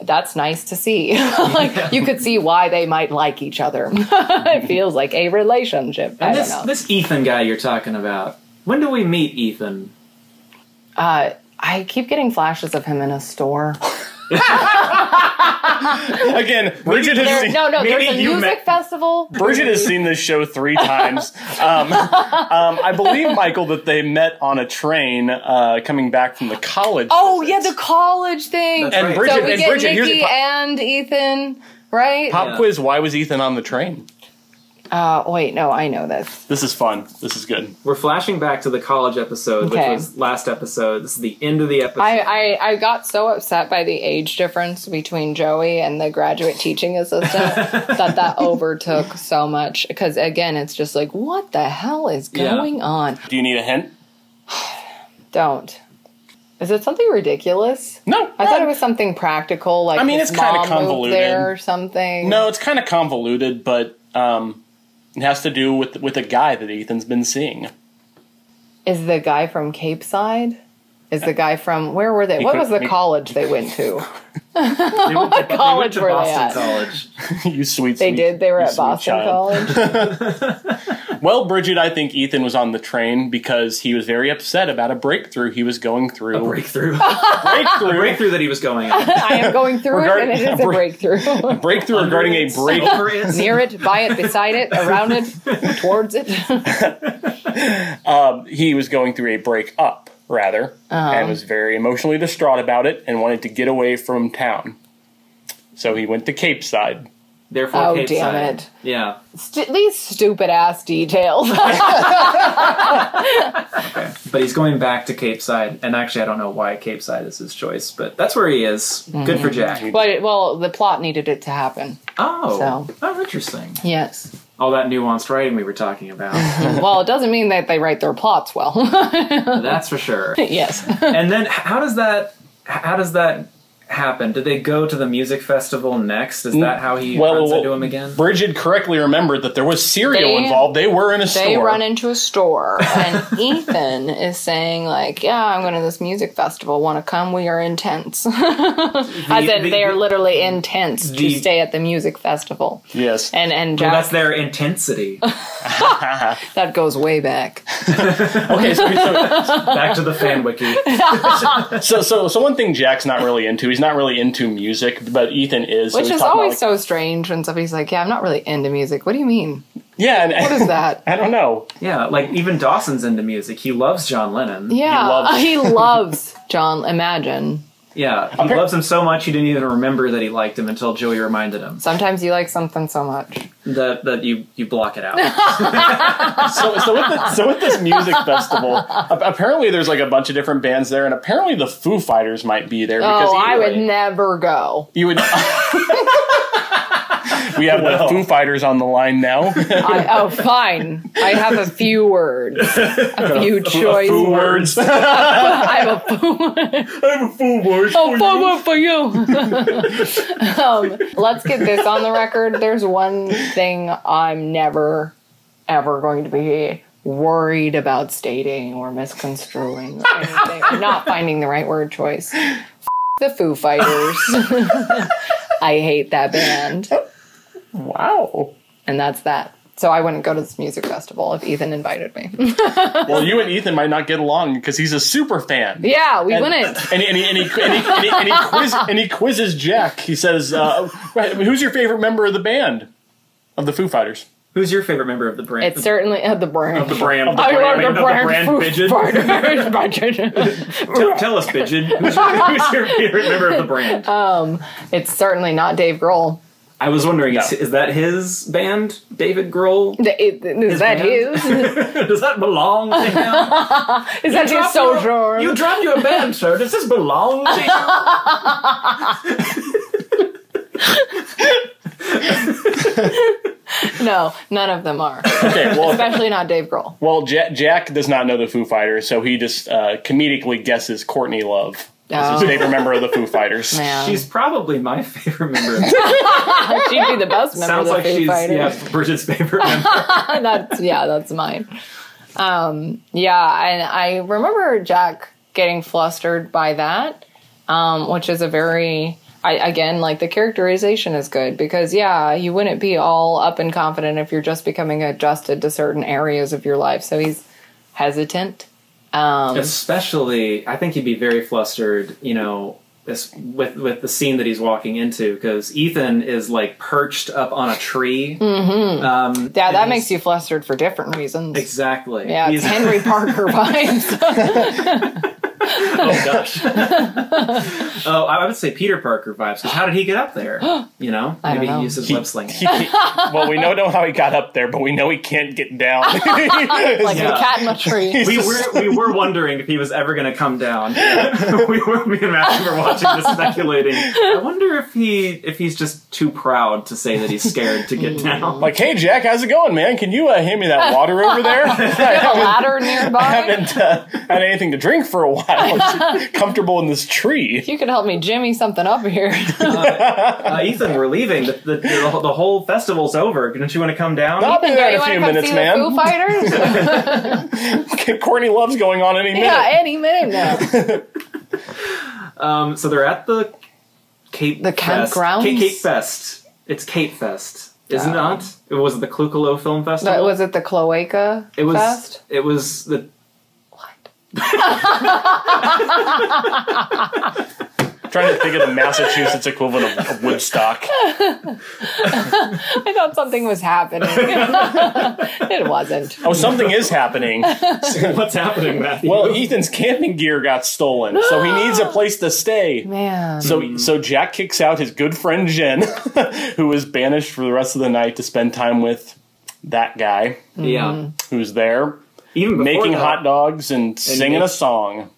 Speaker 3: That's nice to see. like you could see why they might like each other. it feels like a relationship. I don't
Speaker 5: and this
Speaker 3: know.
Speaker 5: this Ethan guy you're talking about. When do we meet Ethan?
Speaker 3: uh, I keep getting flashes of him in a store.
Speaker 4: Again, Bridget has
Speaker 3: There,
Speaker 4: seen,
Speaker 3: no, no, there's a
Speaker 4: you
Speaker 3: music
Speaker 4: met-
Speaker 3: festival.
Speaker 4: Bridget has seen this show three times. Um, um, I believe Michael that they met on a train uh, coming back from the college.
Speaker 3: Oh
Speaker 4: visit.
Speaker 3: yeah, the college thing.
Speaker 5: That's
Speaker 4: and
Speaker 5: right.
Speaker 4: Bridget
Speaker 3: so we
Speaker 4: and
Speaker 3: get
Speaker 4: Bridget. Here's
Speaker 3: Nikki
Speaker 4: pop,
Speaker 3: and Ethan, right?
Speaker 4: pop
Speaker 5: Yeah.
Speaker 4: quiz. Why was Ethan on the train?
Speaker 3: Uh, wait, no, I know this.
Speaker 4: This is fun. This is good.
Speaker 5: We're flashing back to the college episode,
Speaker 3: Okay.
Speaker 5: which was last episode. This is the end of the episode.
Speaker 3: I, I, I got so upset by the age difference between Joey and the graduate teaching assistant that that overtook so much. Because again, it's just like, what the hell is
Speaker 5: Yeah.
Speaker 3: going on?
Speaker 4: Do you need a hint?
Speaker 3: Don't. Is it something ridiculous?
Speaker 4: No.
Speaker 3: I thought it was something practical, like I mean, it's
Speaker 4: kinda
Speaker 3: kind of
Speaker 4: convoluted.
Speaker 3: there or something.
Speaker 4: No, it's kind of convoluted, but um, it has to do with with a guy that Ethan's been seeing.
Speaker 3: is the guy from Cape Side? Is the guy from where were they? What
Speaker 4: could-
Speaker 3: was the
Speaker 4: he-
Speaker 3: college they went to?
Speaker 5: they went to, they went
Speaker 3: college
Speaker 5: to
Speaker 3: were they
Speaker 5: Boston
Speaker 3: at?
Speaker 5: College.
Speaker 4: you sweet.
Speaker 3: They
Speaker 4: sweet-
Speaker 3: did. They were
Speaker 4: you
Speaker 3: at
Speaker 4: sweet
Speaker 3: Boston
Speaker 4: child.
Speaker 3: College.
Speaker 4: Well, Bridget, I think Ethan was on the train because he was very upset about a breakthrough he was going through.
Speaker 5: Breakthrough.
Speaker 4: breakthrough.
Speaker 5: Breakthrough that he was going on.
Speaker 3: I am going through it, and it is a breakthrough.
Speaker 4: breakthrough regarding a break.
Speaker 5: Over it.
Speaker 3: Near it, by it, beside it, around it, towards it.
Speaker 4: um, he was going through a breakup, rather,
Speaker 3: Oh.
Speaker 4: and was very emotionally distraught about it and wanted to get away from town. So he went to Cape Side.
Speaker 5: Therefore,
Speaker 3: Oh,
Speaker 5: Cape
Speaker 3: damn
Speaker 5: Side.
Speaker 3: it.
Speaker 5: Yeah.
Speaker 3: St- these stupid ass details.
Speaker 5: But he's going back to Cape Side, and actually, I don't know why Cape Side is his choice, but that's where he is. Good for Jack.
Speaker 3: but it, well, the plot needed it to happen.
Speaker 5: Oh,
Speaker 3: So.
Speaker 5: oh, interesting.
Speaker 3: Yes.
Speaker 5: All that nuanced writing we were talking about.
Speaker 3: Well, it doesn't mean that they write their plots well.
Speaker 5: that's for sure.
Speaker 3: yes.
Speaker 5: And then, h- how does that? h- How does that happen? Did they go to the music festival next? Is that how he
Speaker 4: Mm, Well,
Speaker 5: runs
Speaker 4: well,
Speaker 5: into him again?
Speaker 4: Bridget correctly remembered that there was cereal
Speaker 3: They-
Speaker 4: involved. They were in a
Speaker 3: They
Speaker 4: store.
Speaker 3: run into a store, and Ethan is saying like, "Yeah, I'm going to this music festival. Want to come? We are in tents." As in,
Speaker 5: the-
Speaker 3: they are literally in tents to
Speaker 5: the-
Speaker 3: stay at the music festival.
Speaker 4: yes.
Speaker 3: And and
Speaker 5: Well,
Speaker 3: Jack,
Speaker 5: that's their intensity.
Speaker 3: that goes way back.
Speaker 4: okay, so, so,
Speaker 5: Back to the fan wiki.
Speaker 4: so so so one thing Jack's not really into. He's not really into music, but Ethan is. so
Speaker 3: Which
Speaker 4: he's
Speaker 3: is
Speaker 4: talking about,
Speaker 3: always
Speaker 4: like-
Speaker 3: so strange when somebody's like, "Yeah, I'm not really into music." What do you mean?
Speaker 4: yeah. And,
Speaker 3: What is that?
Speaker 4: I don't know.
Speaker 5: Yeah, like even Dawson's into music. He loves John Lennon.
Speaker 3: Yeah,
Speaker 4: loves-
Speaker 3: he loves John. Imagine
Speaker 5: Yeah, he loves him so much he didn't even remember that he liked him until Joey reminded him
Speaker 3: sometimes you like something so much.
Speaker 5: that that you you block it out.
Speaker 4: so, so, with the, so with this music festival, ap- apparently there's like a bunch of different bands there, and apparently the Foo Fighters might be there. Because
Speaker 3: Oh, I would
Speaker 4: either way,
Speaker 3: never go.
Speaker 4: You would. we have the Foo Fighters on the line now.
Speaker 3: I, oh, fine. I have a few words, a few choice
Speaker 4: Foo
Speaker 3: words.
Speaker 4: words.
Speaker 5: Oh,
Speaker 3: I have a few words.
Speaker 4: I'm a Foo words.
Speaker 3: Oh, four word for you. um, let's get this on the record. There's one thing I'm never, ever going to be worried about stating or misconstruing or anything, or not finding the right word choice. F- the Foo Fighters. I hate that band.
Speaker 4: Wow.
Speaker 3: And that's that. So I wouldn't go to this music festival if Ethan invited me.
Speaker 4: Well, you and Ethan might not get along because he's a super fan.
Speaker 3: yeah, we
Speaker 4: And-
Speaker 3: wouldn't.
Speaker 4: And he, and, he, and, he, and, he, and, he, and he quiz, and he quizzes Jack. He says, uh, "Who's your favorite member of the band of the Foo Fighters?"
Speaker 5: Who's your favorite member of the brand?
Speaker 3: It's certainly uh, the brand.
Speaker 5: brand.
Speaker 3: I love
Speaker 5: brand,
Speaker 3: the brand,
Speaker 5: brand
Speaker 3: Foo
Speaker 5: Pigeon.
Speaker 3: Fighters, Pigeon.
Speaker 5: Tell, tell us, Pigeon. Who's your, who's your favorite member of the brand?
Speaker 3: Uh, It's certainly not Dave Grohl.
Speaker 5: I was wondering, is, is that his band, David Grohl?
Speaker 3: Th- it- Is that
Speaker 5: band?
Speaker 3: his?
Speaker 5: Does that belong to him?
Speaker 3: Is that his sojourn?
Speaker 5: You dropped your band, sir. Does this belong to you?
Speaker 3: no, none of them are.
Speaker 4: Okay, well,
Speaker 3: Especially not Dave Grohl.
Speaker 4: Well, Jack, Jack does not know the Foo Fighters, so he just uh, comedically guesses Courtney Love. He's a
Speaker 3: Oh,
Speaker 4: favorite member of the Foo Fighters.
Speaker 3: man.
Speaker 5: She's probably my favorite member.
Speaker 3: She'd be the best member of
Speaker 5: Sounds
Speaker 3: the
Speaker 5: like
Speaker 3: Foo
Speaker 5: she's
Speaker 3: Fighters.
Speaker 5: yeah, Bridget's favorite member.
Speaker 3: that's yeah, that's mine. Um, yeah, and I remember Jack getting flustered by that, um, which is a very I, again like the characterization is good because yeah, you wouldn't be all up and confident if you're just becoming adjusted to certain areas of your life. So he's hesitant. Um,
Speaker 5: Especially, I think he'd be very flustered. You know. This, with with the scene that he's walking into because Ethan is like perched up on a tree. Um,
Speaker 3: Mm-hmm. yeah, that
Speaker 5: and
Speaker 3: makes you flustered for different reasons.
Speaker 5: Exactly.
Speaker 3: Yeah, it's
Speaker 5: He's-
Speaker 3: Henry Parker vibes.
Speaker 5: oh gosh. oh, I would say Peter Parker vibes. Because how did he get up there? You know,
Speaker 3: I don't
Speaker 5: maybe
Speaker 3: know.
Speaker 5: he uses web slinging.
Speaker 4: He- he- well, we don't know how he got up there, but we know he can't get down.
Speaker 3: like
Speaker 5: Yeah.
Speaker 3: a cat in a tree.
Speaker 5: We were we were wondering if he was ever going to come down. we were me and Matthew were watching this, speculating. I wonder if he if he's just too proud to say that he's scared to get down.
Speaker 4: like, hey, Jack, how's it going, man? Can you uh, hand me that water over there? I
Speaker 3: A
Speaker 4: haven't,
Speaker 3: ladder nearby.
Speaker 4: haven't, uh, had anything to drink for a while. I'm comfortable in this tree.
Speaker 3: You could help me jimmy something up here.
Speaker 5: Uh, Ethan, we're leaving. The, the, the, whole- the whole festival's over. Don't you want to come down?
Speaker 4: I'll be there in a
Speaker 3: wanna
Speaker 4: few
Speaker 3: come
Speaker 4: minutes,
Speaker 3: see The Foo
Speaker 4: man.
Speaker 3: Fighters?
Speaker 4: Courtney Love's going on any minute.
Speaker 3: yeah, any minute now.
Speaker 5: Um, so they're at the Cape
Speaker 3: The
Speaker 5: Fest.
Speaker 3: campgrounds?
Speaker 5: Cape, Cape Fest. It's Cape Fest, isn't
Speaker 3: Yeah.
Speaker 5: it? It was the Klukalo Film Festival.
Speaker 3: But was it the Cloaca
Speaker 5: It was.
Speaker 3: Fest?
Speaker 5: It was the.
Speaker 3: What?
Speaker 4: trying to think of the Massachusetts equivalent of, of Woodstock.
Speaker 3: I thought something was happening. it wasn't.
Speaker 4: Oh, something is happening.
Speaker 5: What's happening, Matthew?
Speaker 4: Well, Ethan's camping gear got stolen, so he needs a place to stay.
Speaker 3: Man.
Speaker 4: So, so Jack kicks out his good friend Jen, who is banished for the rest of the night to spend time with that guy
Speaker 3: Hmm.
Speaker 5: yeah.
Speaker 4: who's there,
Speaker 5: Even before
Speaker 4: making
Speaker 5: that-
Speaker 4: hot dogs and, singing a
Speaker 5: makes-
Speaker 4: song.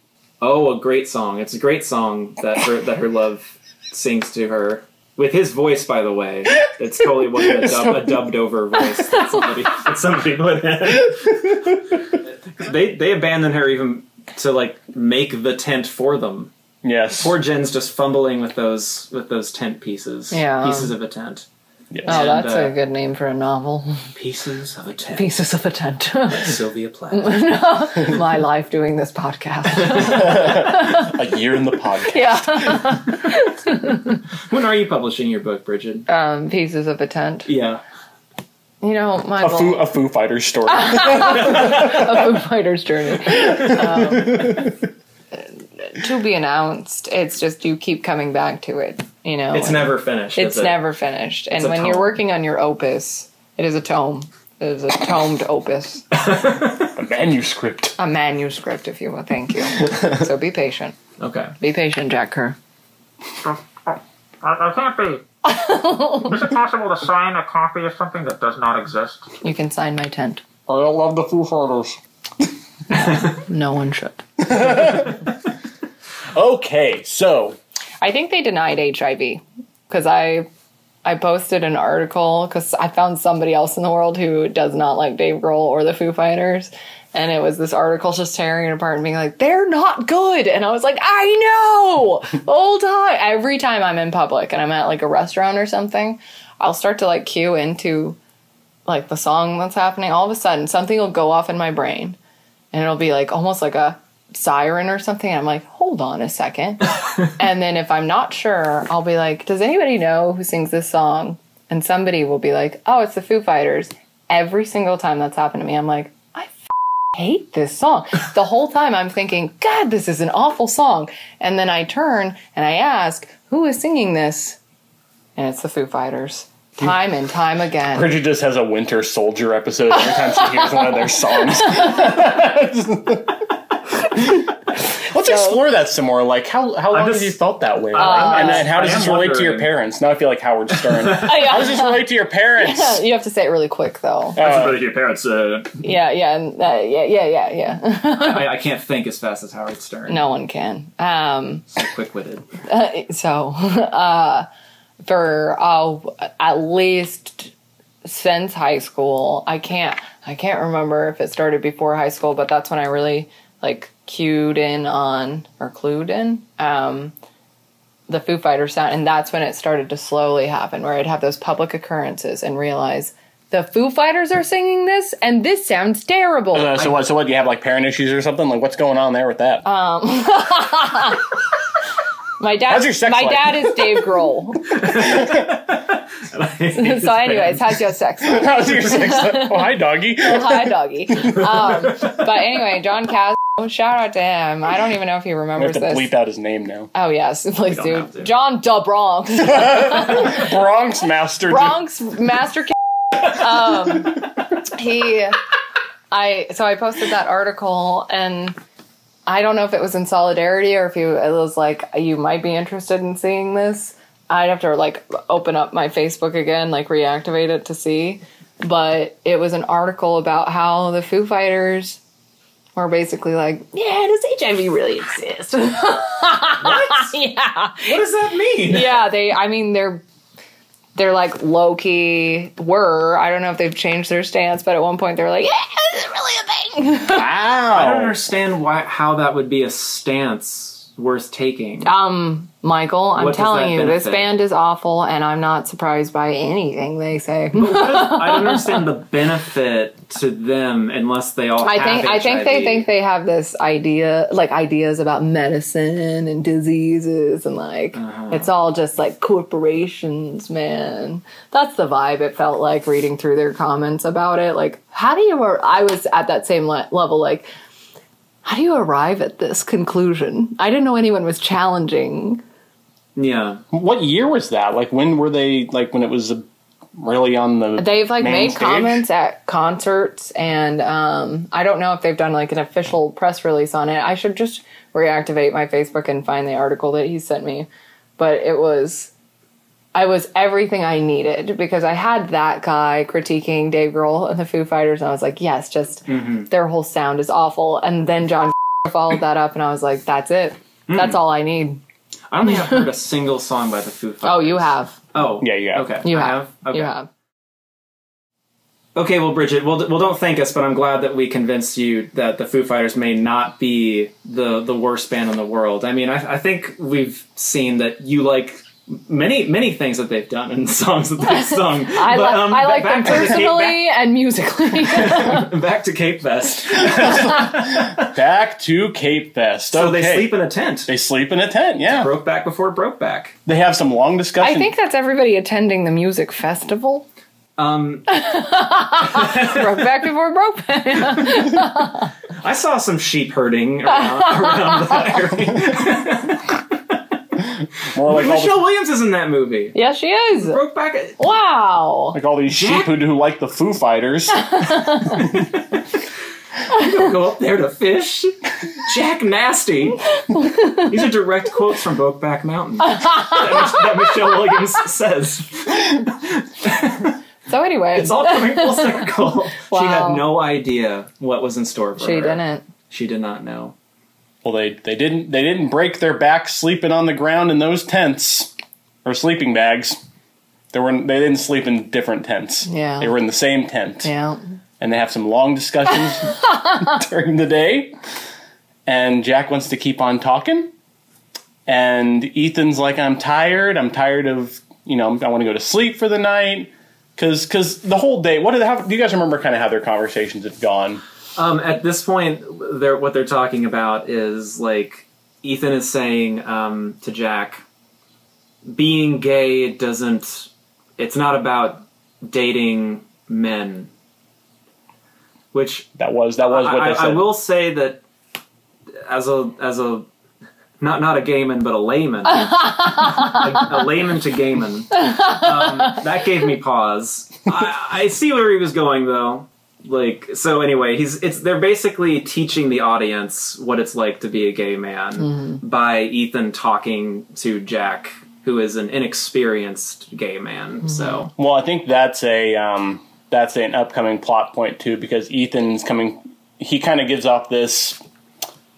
Speaker 5: Oh, a great song! It's a great song that her that her love sings to her with his voice. By the way, it's totally what a, dub, a dubbed over voice that somebody that somebody put in. they they abandon her even to like make the tent for them.
Speaker 4: Yes.
Speaker 5: Poor Jen's just fumbling with those with those tent pieces.
Speaker 3: Yeah.
Speaker 5: pieces of a tent.
Speaker 4: yes.
Speaker 3: Oh, that's
Speaker 5: and, uh,
Speaker 3: a good name for a novel.
Speaker 5: Pieces of a tent.
Speaker 3: Pieces of a tent.
Speaker 5: Sylvia Plath.
Speaker 3: My life doing this podcast.
Speaker 4: a year in the podcast.
Speaker 3: yeah.
Speaker 5: when are you publishing your book, Bridget?
Speaker 3: Um, pieces of a tent.
Speaker 5: Yeah.
Speaker 3: You know, my
Speaker 4: A Foo, a Foo Fighters story.
Speaker 3: Foo Fighters journey. Um, to be announced. It's just you keep coming back to it. You know,
Speaker 5: It's
Speaker 3: And
Speaker 5: never finished.
Speaker 3: it's
Speaker 5: is it?
Speaker 3: never finished. And
Speaker 5: a
Speaker 3: when you're
Speaker 5: tome.
Speaker 3: working on your opus, it is a tome. It is a tomed opus,
Speaker 4: a manuscript.
Speaker 3: a manuscript, if you will. Thank you. so be patient.
Speaker 5: Okay.
Speaker 3: Be patient, Jack Kerr.
Speaker 6: I, I can't be. Is it possible to sign a copy of something that does not exist?
Speaker 3: You can sign my tent.
Speaker 4: I love the Foo Fighters.
Speaker 3: No one should.
Speaker 4: Okay, so
Speaker 3: I think they denied HIV because I I posted an article because I found somebody else in the world who does not like Dave Grohl or the Foo Fighters. And it was this article just tearing it apart and being like, they're not good. And I was like, I know. All time. Every time I'm in public and I'm at like a restaurant or something, I'll start to like cue into like the song that's happening. All of a sudden, something will go off in my brain and it'll be like almost like a siren or something. I'm like, hold on a second. And then if I'm not sure, I'll be like, does anybody know who sings this song? And somebody will be like, oh, it's the Foo Fighters. Every single time that's happened to me, I'm like, I f- hate this song. The whole time I'm thinking, God, this is an awful song. And then I turn and I ask, who is singing this? And it's the Foo Fighters. Time and time again.
Speaker 4: Bridget just has a Winter Soldier episode every time she hears one of their songs. Let's explore that some more. Like, how, how long
Speaker 5: just-
Speaker 4: have you felt that way? and, and how does
Speaker 5: I am
Speaker 4: this relate to your
Speaker 5: wondering.
Speaker 4: parents? Now I feel like Howard Stern. how does this relate to your parents?
Speaker 3: you have to say it really quick, though.
Speaker 4: Uh,
Speaker 5: your parents. Uh,
Speaker 3: Yeah, yeah, and, uh, yeah, yeah, yeah, yeah.
Speaker 5: I, I can't think as fast as Howard Stern.
Speaker 3: No one can. Um,
Speaker 5: Quick witted.
Speaker 3: so uh, for uh, at least since high school i can't i can't remember if it started before high school but that's when i really like cued in on or clued in um, the foo fighter sound and that's when it started to slowly happen where i'd have those public occurrences and realize the foo fighters are singing this and this sounds terrible
Speaker 4: uh, so what? So what? You have like parent issues or something? Like, what's going on there with that?
Speaker 3: my dad
Speaker 4: How's your sex
Speaker 3: my
Speaker 4: life?
Speaker 3: dad is dave grohl so anyways how's your sex life?
Speaker 4: How's your sex life? Oh, hi, doggy.
Speaker 3: hi doggy. Um, but anyway, John Cas. Oh, shout out to him. I don't even know if he
Speaker 4: I have
Speaker 3: remembers
Speaker 4: to bleep
Speaker 3: this.
Speaker 4: out his name now.
Speaker 3: Oh yes, please
Speaker 5: don't have to.
Speaker 3: do. John Da Bronx,
Speaker 4: Bronx Master.
Speaker 3: Bronx Master. Ca- um, he, I. So I posted that article, and I don't know if it was in solidarity or if he, it was like you might be interested in seeing this. I'd have to like open up my Facebook again, like reactivate it to see. But it was an article about how the Foo Fighters were basically like, yeah, does HIV really exist? yeah,
Speaker 5: What does that mean?
Speaker 3: yeah. They, I mean, they're they're like low key were. I don't know if they've changed their stance, but at one point they were like, yeah, this is really a thing.
Speaker 5: I don't
Speaker 4: Wow.
Speaker 5: understand why how that would be a stance worth taking.
Speaker 3: Um, Michael, I'm
Speaker 5: What does
Speaker 3: telling
Speaker 5: that
Speaker 3: you, this
Speaker 5: benefit?
Speaker 3: band is awful, and I'm not surprised by anything they say.
Speaker 5: I don't understand the benefit to them unless they all.
Speaker 3: I
Speaker 5: have
Speaker 3: think I think they
Speaker 5: HIV.
Speaker 3: think they have this idea, like ideas about medicine and diseases, and like
Speaker 5: Uh-huh.
Speaker 3: it's all just like corporations, man. That's the vibe it felt like reading through their comments about it. Like, how do you? ar- I was at that same le- level, like. How do you arrive at this conclusion? I didn't know anyone was challenging
Speaker 5: Yeah.
Speaker 4: What year was that? Like when were they? Like when it was uh, really on the?
Speaker 3: They've like
Speaker 4: main
Speaker 3: made
Speaker 4: stage?
Speaker 3: comments at concerts, and um, I don't know if they've done like an official press release on it. I should just reactivate my Facebook and find the article that he sent me. But it was, I was everything I needed because I had that guy critiquing Dave Grohl and the Foo Fighters, and I was like, yes, just
Speaker 5: Mm-hmm.
Speaker 3: their whole sound is awful. And then John followed that up, and I was like, that's it.
Speaker 5: Mm-hmm.
Speaker 3: That's all I need.
Speaker 5: I don't think I've heard a single song by the Foo Fighters.
Speaker 3: Oh, you have.
Speaker 5: Oh,
Speaker 4: Yeah, you have.
Speaker 5: Okay,
Speaker 3: You
Speaker 5: I
Speaker 3: have.
Speaker 5: Okay.
Speaker 3: You have.
Speaker 5: Okay, well, Bridget, well, d- well, don't thank us, but I'm glad that we convinced you that the Foo Fighters may not be the the worst band in the world. I mean, I, I think we've seen that you like many many things that they've done and songs that they've sung.
Speaker 3: I,
Speaker 5: but,
Speaker 3: li-
Speaker 5: um,
Speaker 3: I
Speaker 5: ba-
Speaker 3: like them
Speaker 5: back to the Cape-
Speaker 3: personally and musically.
Speaker 5: back, back to Cape Fest.
Speaker 4: Back to Cape Fest.
Speaker 5: So
Speaker 4: okay.
Speaker 5: they sleep in a tent.
Speaker 4: They sleep in a tent. Yeah,
Speaker 5: Broke back before broke back.
Speaker 4: they have some long
Speaker 3: I
Speaker 4: discussion.
Speaker 3: think that's everybody attending the music festival.
Speaker 5: Um,
Speaker 3: Broke back before broke back.
Speaker 5: I saw some sheep herding around, around that area.
Speaker 4: More like all,
Speaker 5: Michelle
Speaker 4: the,
Speaker 5: Williams is in that movie.
Speaker 3: yes, she is.
Speaker 5: Broke back.
Speaker 3: Wow.
Speaker 4: like all these sheep who, who like the Foo Fighters.
Speaker 5: go up there to fish. Jack Nasty. These are direct quotes from Brokeback Mountain that, Mich- that Michelle Williams says.
Speaker 3: So anyway,
Speaker 5: It's all coming full circle. She
Speaker 3: Wow.
Speaker 5: had no idea what was in store for
Speaker 3: she
Speaker 5: her.
Speaker 3: didn't.
Speaker 5: She did not know.
Speaker 4: well, they they didn't they didn't break their back sleeping on the ground in those tents or sleeping bags. They were they didn't sleep in different tents.
Speaker 3: Yeah.
Speaker 4: they were in the same tent.
Speaker 3: Yeah.
Speaker 4: and they have some long discussions during the day. And Jack wants to keep on talking. And Ethan's like, I'm tired. I'm tired of, you know, I want to go to sleep for the night. Cause, cause the whole day, what did, how, do you guys remember kind of how their conversations have gone?
Speaker 5: Um, at this point, they're, what they're talking about is like Ethan is saying um, to Jack, being gay doesn't. It's not about dating men. Which
Speaker 4: That was, that was what
Speaker 5: I,
Speaker 4: they said.
Speaker 5: I will say that as a as a not not a gayman but a layman a, a layman to gayman um, that gave me pause I, I see where he was going though like so anyway he's it's they're basically teaching the audience what it's like to be a gay man by ethan talking to jack who is an inexperienced gay man so
Speaker 4: Well, I think that's a um, that's an upcoming plot point too because Ethan's coming. He kind of gives off this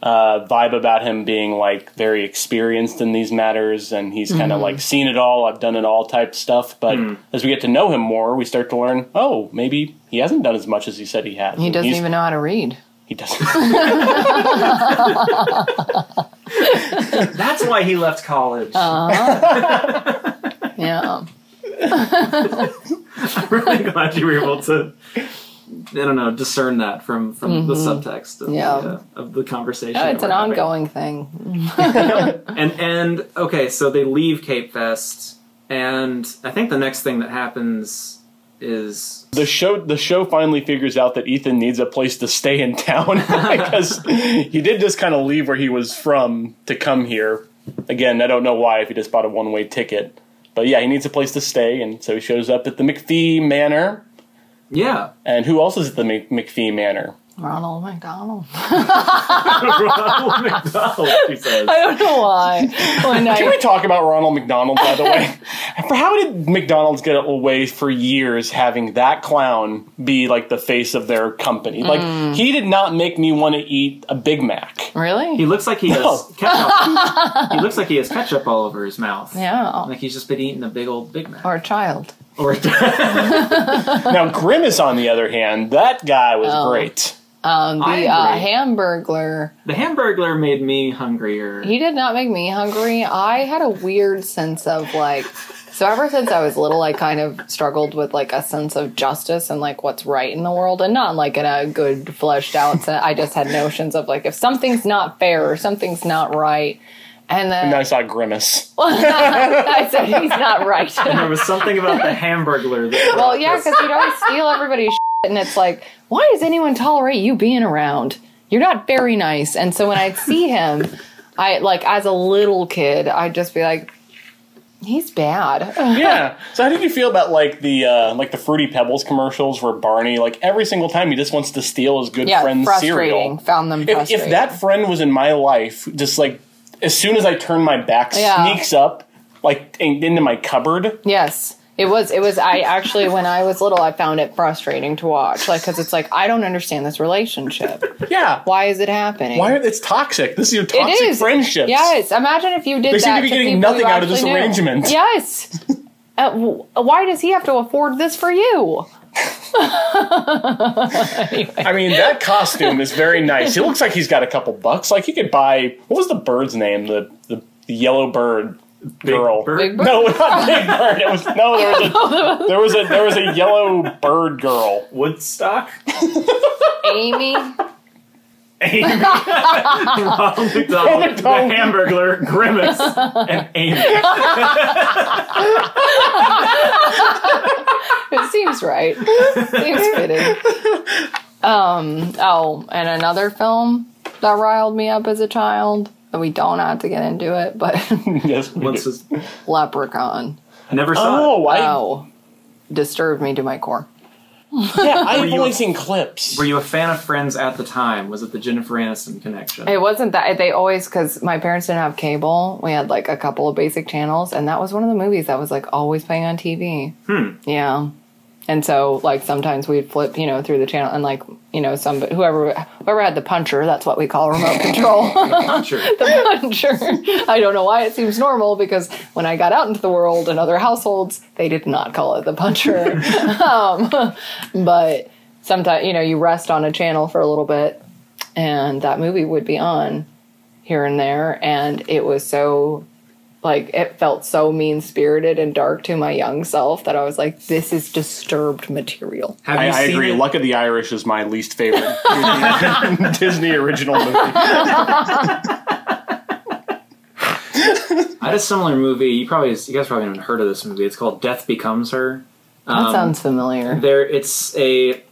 Speaker 4: uh, vibe about him being like very experienced in these matters, and he's kind of like seen it all, I've done it all type stuff. But as we get to know him more, we start to learn. Oh, maybe he hasn't done as much as he said he has.
Speaker 3: He
Speaker 4: And
Speaker 3: doesn't
Speaker 4: he's-
Speaker 3: even know how to read.
Speaker 4: He doesn't.
Speaker 5: that's why he left college
Speaker 3: Yeah.
Speaker 5: really glad you were able to I don't know discern that from from the subtext of,
Speaker 3: Mm-hmm. Yeah.
Speaker 5: the, uh, of the conversation.
Speaker 3: No,
Speaker 5: that
Speaker 3: Oh, it's an
Speaker 5: we're having.
Speaker 3: ongoing thing.
Speaker 5: And and okay, so they leave Cape Fest, and I think the next thing that happens is
Speaker 4: the show the show finally figures out that Ethan needs a place to stay in town because he did just kind of leave where he was from to come here. Again, I don't know why if he just bought a one way ticket, but yeah, he needs a place to stay, and so he shows up at the McPhee Manor.
Speaker 5: yeah,
Speaker 4: And who else is at the Mc- McPhee Manor?
Speaker 3: Ronald McDonald.
Speaker 5: Ronald McDonald. Oh She says.
Speaker 3: I don't know why. One
Speaker 4: Can we
Speaker 3: night.
Speaker 4: talk about Ronald McDonald, by the way? For How did McDonald's get away for years having that clown be like the face of their company? Like, he did not make me want to eat a Big Mac.
Speaker 5: He
Speaker 3: Really?
Speaker 5: looks like he has ketchup. he looks like he has ketchup all over his mouth.
Speaker 3: Yeah.
Speaker 5: Like he's just been eating a big old Big Mac.
Speaker 3: Or a child.
Speaker 5: Or
Speaker 4: Now, Grimace, on the other hand, that guy was
Speaker 3: Oh.
Speaker 4: great.
Speaker 3: Um, the
Speaker 5: I
Speaker 3: uh,
Speaker 5: agree.
Speaker 3: Hamburglar.
Speaker 5: the Hamburglar made me hungrier.
Speaker 3: He did not make me hungry. I had a weird sense of like, so ever since I was little, I kind of struggled with like a sense of justice and like what's right in the world and not like in a good fleshed out sense. I just had notions of like if something's not fair or something's not right. And then
Speaker 4: And I saw Grimace.
Speaker 3: I said, he's not right.
Speaker 5: there was something about the Hamburglar that
Speaker 3: well, yeah, because he'd always steal everybody's shit, and it's like, why does anyone tolerate you being around? You're not very nice. And so when I'd see him, I like as a little kid, I'd just be like, He's bad.
Speaker 4: Yeah. So how did you feel about like the uh, like the fruity pebbles commercials where Barney like every single time he just wants to steal his good
Speaker 3: Yeah,
Speaker 4: friend's
Speaker 3: frustrating.
Speaker 4: cereal?
Speaker 3: Found them
Speaker 4: If,
Speaker 3: frustrating.
Speaker 4: if that friend was in my life, just like as soon as I turn my back,
Speaker 3: Yeah.
Speaker 4: sneaks up like in, into my cupboard.
Speaker 3: Yes. It was. It was. I actually, when I was little, I found it frustrating to watch. Like, because it's like, I don't understand this relationship.
Speaker 4: Yeah.
Speaker 3: Why is it happening?
Speaker 4: Why are it's toxic? This is your
Speaker 3: it
Speaker 4: toxic
Speaker 3: is.
Speaker 4: friendships.
Speaker 3: Yes. Imagine if you did
Speaker 4: They
Speaker 3: that.
Speaker 4: seem to be getting
Speaker 3: people you
Speaker 4: nothing out of this
Speaker 3: actually knew.
Speaker 4: arrangement.
Speaker 3: Yes. Uh, w- why does he have to afford this for you?
Speaker 4: I mean that costume is very nice. He looks like he's got a couple bucks. Like he could buy what was the bird's name? The the, the yellow bird girl.
Speaker 5: Bird?
Speaker 3: Big
Speaker 4: No, not Big Bird. It was no. There was a there was a there was a yellow bird girl.
Speaker 5: Woodstock?
Speaker 3: Amy.
Speaker 5: Amy. Ronald McDonald. the
Speaker 4: McDonald.
Speaker 5: Hamburglar, Grimace, and Amy.
Speaker 3: It seems right. seems fitting. Um. Oh, and another film that riled me up as a child. that We don't have to get into it, but
Speaker 4: Yes. we
Speaker 5: Once
Speaker 4: do.
Speaker 5: is,
Speaker 3: Leprechaun.
Speaker 5: never saw
Speaker 4: Oh, I,
Speaker 3: Oh, disturbed me to my core.
Speaker 4: yeah, I've
Speaker 5: you-
Speaker 4: only seen clips.
Speaker 5: it. Were you a fan of Friends at the time? Was it the Jennifer Aniston connection?
Speaker 3: It wasn't that they always because my parents didn't have cable. We had like a couple of basic channels, and that was one of the movies that was like always playing on TV. Hmm. Yeah. And so, like sometimes we'd flip, you know, through the channel, and like you know, some whoever whoever had the puncher—that's what we call remote control.
Speaker 5: Sure.
Speaker 3: the puncher. I don't know why it seems normal because when I got out into the world and other households, they did not call it the puncher. um, but sometimes, you know, you rest on a channel for a little bit and that movie would be on here and there. And it was so, like, it felt so mean spirited and dark to my young self that I was like, this is disturbed material.
Speaker 5: Have
Speaker 4: I,
Speaker 5: you
Speaker 4: I
Speaker 5: seen
Speaker 4: agree.
Speaker 5: it?
Speaker 4: Luck of the Irish is my least favorite Disney original movie.
Speaker 5: I had a similar movie. You probably you guys probably haven't heard of this movie. It's called Death Becomes Her.
Speaker 3: That sounds familiar.
Speaker 5: There, it's a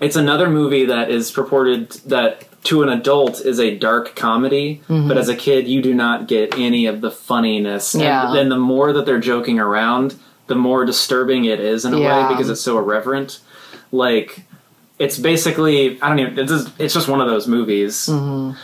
Speaker 5: it's another movie that is purported that to an adult is a dark comedy,
Speaker 3: Mm-hmm.
Speaker 5: but as a kid you do not get any of the funniness.
Speaker 3: Yeah.
Speaker 5: And then the more that they're joking around, the more disturbing it is in a
Speaker 3: Yeah.
Speaker 5: way because it's so irreverent. Like it's basically I don't even it's just, it's just one of those movies.
Speaker 3: Mm-hmm.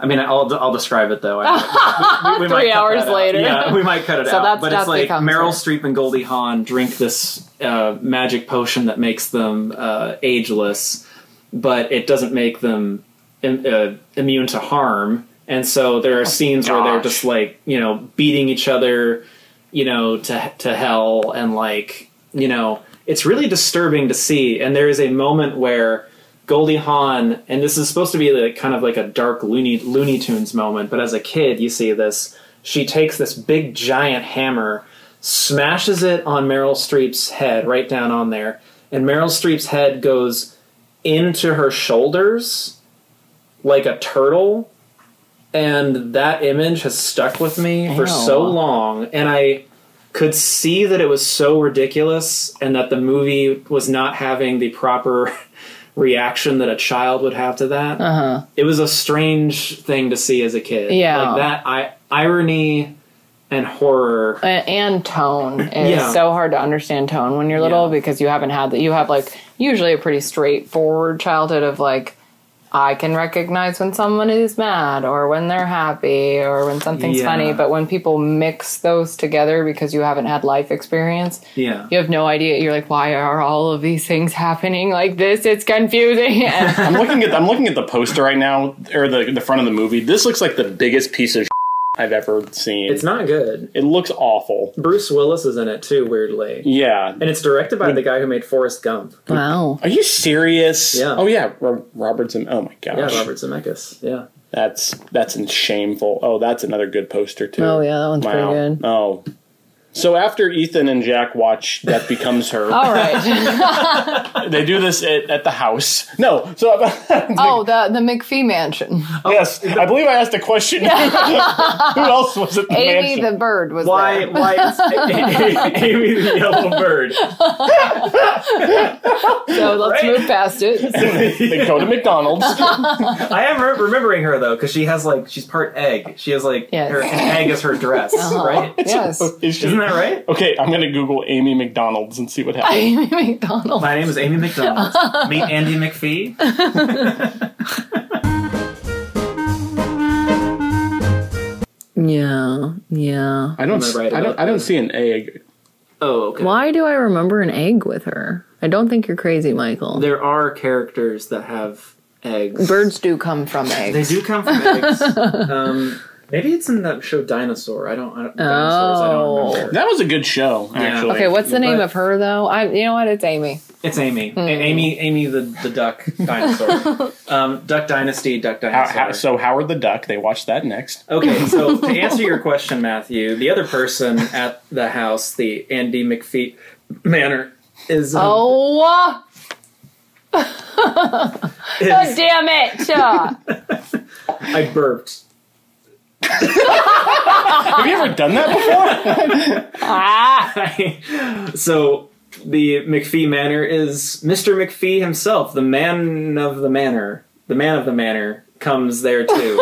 Speaker 5: I mean, I'll I'll describe it though. I- we- we- we might
Speaker 3: Three
Speaker 5: cut that
Speaker 3: hours
Speaker 5: out.
Speaker 3: later.
Speaker 5: yeah, we might cut it
Speaker 3: So
Speaker 5: out.
Speaker 3: that's
Speaker 5: but
Speaker 3: Death
Speaker 5: it's like
Speaker 3: Becomes
Speaker 5: Meryl
Speaker 3: Her.
Speaker 5: Streep and Goldie Hawn drink this uh, magic potion that makes them uh, ageless, but it doesn't make them im- uh, immune to harm. And so there are scenes where they're
Speaker 4: gosh.
Speaker 5: just like you know beating each other, you know to to hell, and like you know it's really disturbing to see. And there is a moment where. Goldie Hawn, and this is supposed to be like kind of like a dark Looney Looney Tunes moment, but as a kid, you see this. She takes this big giant hammer, smashes it on Meryl Streep's head, right down on there, and Meryl Streep's head goes into her shoulders like a turtle, and that image has stuck with me for
Speaker 3: Ew.
Speaker 5: so long, and I could see that it was so ridiculous and that the movie was not having the proper reaction that a child would have to that.
Speaker 3: Uh-huh.
Speaker 5: It was a strange thing to see as a kid.
Speaker 3: Yeah.
Speaker 5: like that I, irony and horror.
Speaker 3: A- Uh, and tone is
Speaker 5: Yeah.
Speaker 3: so hard to understand tone when you're little
Speaker 5: Yeah.
Speaker 3: because you haven't had that you have like usually a pretty straightforward childhood of like i can recognize when someone is mad or when they're happy or when something's
Speaker 5: Yeah.
Speaker 3: funny but when people mix those together because you haven't had life experience
Speaker 5: Yeah,
Speaker 3: you have no idea you're like why are all of these things happening like this it's confusing and
Speaker 4: I'm looking at I'm looking at the poster right now or the the front of the movie. This looks like the biggest piece of I've ever seen.
Speaker 5: it's not good.
Speaker 4: it looks awful.
Speaker 5: Bruce Willis is in it too, weirdly,
Speaker 4: Yeah.
Speaker 5: and it's directed by the guy who made Forrest Gump.
Speaker 3: wow
Speaker 4: Are you serious?
Speaker 5: Yeah.
Speaker 4: Oh yeah, Ro- Robertson. Oh my gosh.
Speaker 5: Yeah, Robert Zemeckis. Yeah,
Speaker 4: That's that's in shameful. Oh, that's another good poster too.
Speaker 3: Oh, yeah, that one's pretty good.
Speaker 4: Oh, So after Ethan and Jack watch That Becomes Her,
Speaker 3: All right.
Speaker 4: they do this at, at the house. No, so
Speaker 3: oh, the the McPhee Mansion.
Speaker 5: Oh.
Speaker 4: yes, I believe I asked a question. Who else was at the
Speaker 3: Amy
Speaker 4: mansion?
Speaker 3: the bird was
Speaker 5: Why?
Speaker 3: there.
Speaker 5: Why is Amy the yellow bird?
Speaker 3: So let's move past it.
Speaker 4: they go to McDonald's.
Speaker 5: I am re- remembering her though because she has like she's part egg. She has like
Speaker 3: Yes.
Speaker 5: her an egg is her dress,
Speaker 7: Uh-huh.
Speaker 5: right?
Speaker 3: Yes.
Speaker 4: Is she-
Speaker 5: Isn't that right?
Speaker 4: Okay, I'm gonna Google Amy McDonald's and see what happens.
Speaker 3: Amy McDonald.
Speaker 5: My name is Amy McDonald. Meet Andy McPhee.
Speaker 7: Yeah, yeah.
Speaker 4: I don't.
Speaker 5: Am I
Speaker 4: s-
Speaker 5: right
Speaker 4: I don't.
Speaker 5: about
Speaker 4: I don't see an egg.
Speaker 5: Oh, okay.
Speaker 7: Why do I remember an egg with her? I don't think you're crazy, Michael.
Speaker 5: There are characters that have eggs.
Speaker 3: Birds do come from
Speaker 5: They
Speaker 3: eggs.
Speaker 5: do come from eggs. um, maybe it's in that show Dinosaur. I don't. I don't dinosaurs. I don't
Speaker 7: Oh.
Speaker 5: remember.
Speaker 4: That was a good show, actually.
Speaker 3: Okay, what's the name
Speaker 5: But-
Speaker 3: of her though? I you know what? It's Amy.
Speaker 5: It's Amy. A- Amy. Amy the, the duck dinosaur. um, duck Dynasty. Duck
Speaker 4: How-
Speaker 5: Dinosaur.
Speaker 4: how- so Howard the Duck. They watched that next.
Speaker 5: Okay, so to answer your question, Matthew, the other person at the house, the Andy McPhee Manor, is um,
Speaker 3: Oh, uh,
Speaker 5: is-
Speaker 3: damn it! Uh,
Speaker 5: I burped.
Speaker 4: Have you ever done that before?
Speaker 3: ah.
Speaker 5: so the McPhee Manor is Mr. McPhee himself, the man of the manor. The man of the manor comes there too.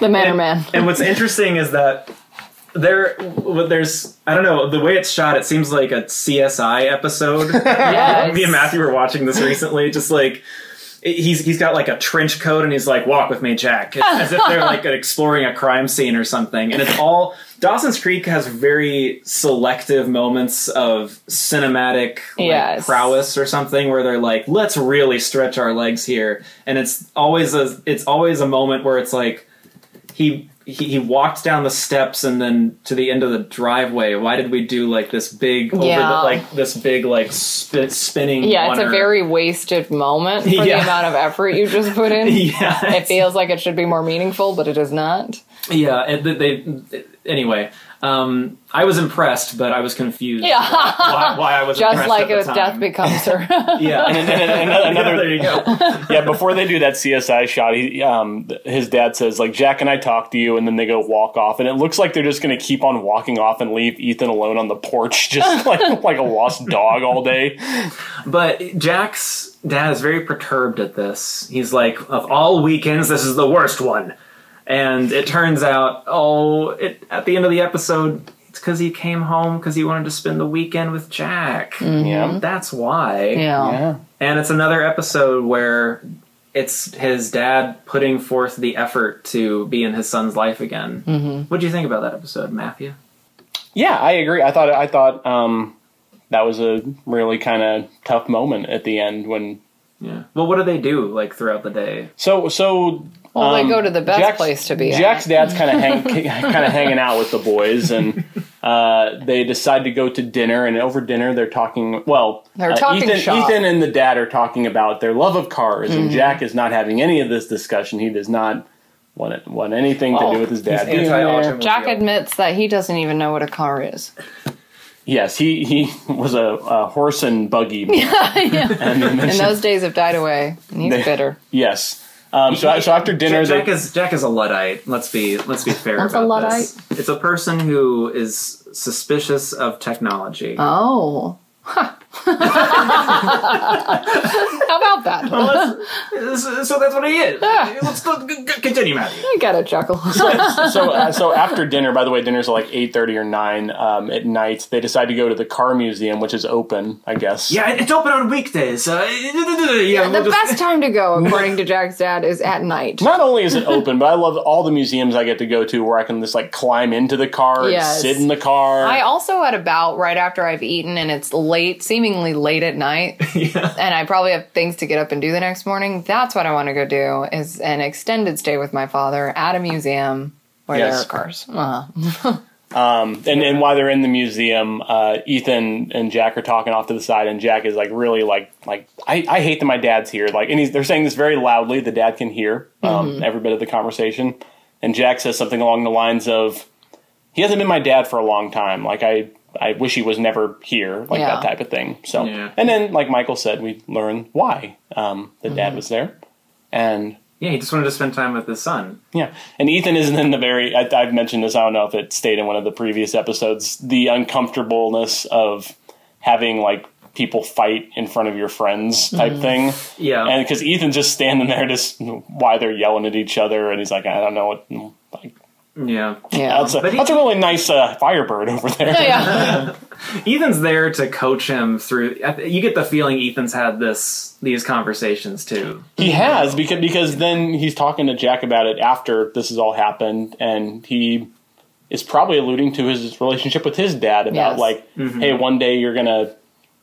Speaker 3: The Manor Man.
Speaker 5: and what's interesting is that there, what there's, I don't know, the way it's shot, it seems like a CSI episode.
Speaker 3: Yes.
Speaker 5: me and Matthew were watching this recently. Just like it- he's he's got like a trench coat and he's like, "Walk with me, Jack," It's as if they're like exploring a crime scene or something. And it's all Dawson's Creek has very selective moments of cinematic like,
Speaker 3: Yes.
Speaker 5: prowess or something where they're like, "Let's really stretch our legs here," and it's always a it's always a moment where it's like he. He, he walked down the steps and then to the end of the driveway. Why did we do like this big, over
Speaker 3: Yeah.
Speaker 5: the, like this big like spin, spinning.
Speaker 3: Yeah, it's a
Speaker 5: honor.
Speaker 3: very wasted moment for the
Speaker 5: Yeah.
Speaker 3: amount of effort you just put in.
Speaker 5: yeah,
Speaker 3: It feels like it should be more meaningful, but it is not.
Speaker 5: yeah. It, they, they- anyway, um, I was impressed, but I was confused.
Speaker 3: Yeah.
Speaker 5: why, why I was
Speaker 3: Just
Speaker 5: impressed
Speaker 3: like
Speaker 5: at the
Speaker 3: it was
Speaker 5: time.
Speaker 3: Death Becomes Her.
Speaker 5: Yeah, and,
Speaker 4: And then another,
Speaker 5: another. there you go.
Speaker 4: yeah, before they do that CSI shot, he, um, th- his dad says, like, Jack and I talk to you, and then they go walk off. And it looks like they're just going to keep on walking off and leave Ethan alone on the porch, just like, like a lost dog all day.
Speaker 5: But Jack's dad is very perturbed at this. He's like, of all weekends, this is the worst one. And it turns out, oh, it, at the end of the episode, it's because he came home because he wanted to spend the weekend with Jack.
Speaker 4: Yeah.
Speaker 5: That's why.
Speaker 3: Mm-hmm. yeah.
Speaker 5: And it's another episode where it's his dad putting forth the effort to be in his son's life again. Mm-hmm. What do you think about that episode, Matthew?
Speaker 4: Yeah, I agree. I thought, I thought, um, that was a really kind of tough moment at the end when.
Speaker 5: Yeah. Well, what do they do like throughout the day?
Speaker 4: So, so.
Speaker 3: Well, they
Speaker 4: um,
Speaker 3: go to the best
Speaker 4: Jack's-
Speaker 3: place to be.
Speaker 4: Jack's dad's kind of hang, kind of hanging out with the boys, and uh, they decide to go to dinner. And over dinner, they're talking. Well,
Speaker 3: They're
Speaker 4: uh,
Speaker 3: talking
Speaker 4: Ethan,
Speaker 3: shop. Mm-hmm.
Speaker 4: Ethan and the dad are talking about their love of cars, and Jack is not having any of this discussion. He does not want it, want anything to
Speaker 3: Well,
Speaker 4: do with his dad. being there.
Speaker 5: Anti-automobile.
Speaker 3: at. Jack admits that he doesn't even know what a car is.
Speaker 4: Yes, he he was a, a horse and buggy. man. And then-
Speaker 3: And those days have died away, and he's
Speaker 4: They-
Speaker 3: bitter.
Speaker 4: yes. Um, so, so after dinner,
Speaker 5: Jack, Jack
Speaker 4: they,
Speaker 5: is Jack is a luddite. Let's be let's be fair
Speaker 3: What's a
Speaker 5: about this. It's a person who is suspicious of technology.
Speaker 3: Oh. Huh. How about that?
Speaker 5: so so that's what he is.
Speaker 3: Yeah.
Speaker 5: Let's c- c- continue, Matthew.
Speaker 3: I got a chuckle.
Speaker 4: so uh, so after dinner, by the way, dinners are like eight thirty or nine um, at night. They decide to go to the car museum, which is open, I guess.
Speaker 5: Yeah, it- it's open on weekdays. Uh, yeah,
Speaker 3: the
Speaker 5: we'll just-
Speaker 3: best time to go, according to Jack's dad, is at night.
Speaker 4: Not only is it open, but I love all the museums I get to go to where I can just like climb into the car
Speaker 3: Yes.
Speaker 4: and sit in the car.
Speaker 3: I also had about right after I've eaten, and it's late, seemingly late at night,
Speaker 5: Yeah.
Speaker 3: and I probably have things to get up and do the next morning. That's what I want to go do is an extended stay with my father at a museum where there
Speaker 4: Yes.
Speaker 3: are cars. Uh-huh.
Speaker 4: and, and while they're in the museum, uh, Ethan and Jack are talking off to the side, and Jack is like really like like I, I hate that my dad's here. Like, and he's, they're saying this very loudly. The dad can hear um, every bit of the conversation. And Jack says something along the lines of, "He hasn't been my dad for a long time. Like I I wish he was never here, like
Speaker 3: Yeah.
Speaker 4: that type of thing. So,
Speaker 5: Yeah.
Speaker 4: and then, like Michael said, we learn why um, the dad was there, and
Speaker 5: Yeah, he just wanted to spend time with his son.
Speaker 4: yeah, and Ethan isn't in the very. I, I've mentioned this. I don't know if it stayed in one of the previous episodes. The uncomfortableness of having like people fight in front of your friends type thing,
Speaker 5: Mm. Yeah.
Speaker 4: and because Ethan's just standing there, just why they're yelling at each other, and he's like, I don't know what. Like,
Speaker 5: yeah.
Speaker 3: Yeah.
Speaker 4: that's a
Speaker 5: But he-
Speaker 4: that's a really nice uh, Firebird over there.
Speaker 3: yeah.
Speaker 5: Ethan's there to coach him through. I th- You get the feeling Ethan's had this these conversations too.
Speaker 4: He has because because then he's talking to Jack about it after this has all happened, and he is probably alluding to his relationship with his dad about
Speaker 3: Yes.
Speaker 4: like,
Speaker 5: Mm-hmm.
Speaker 4: hey, one day you're gonna,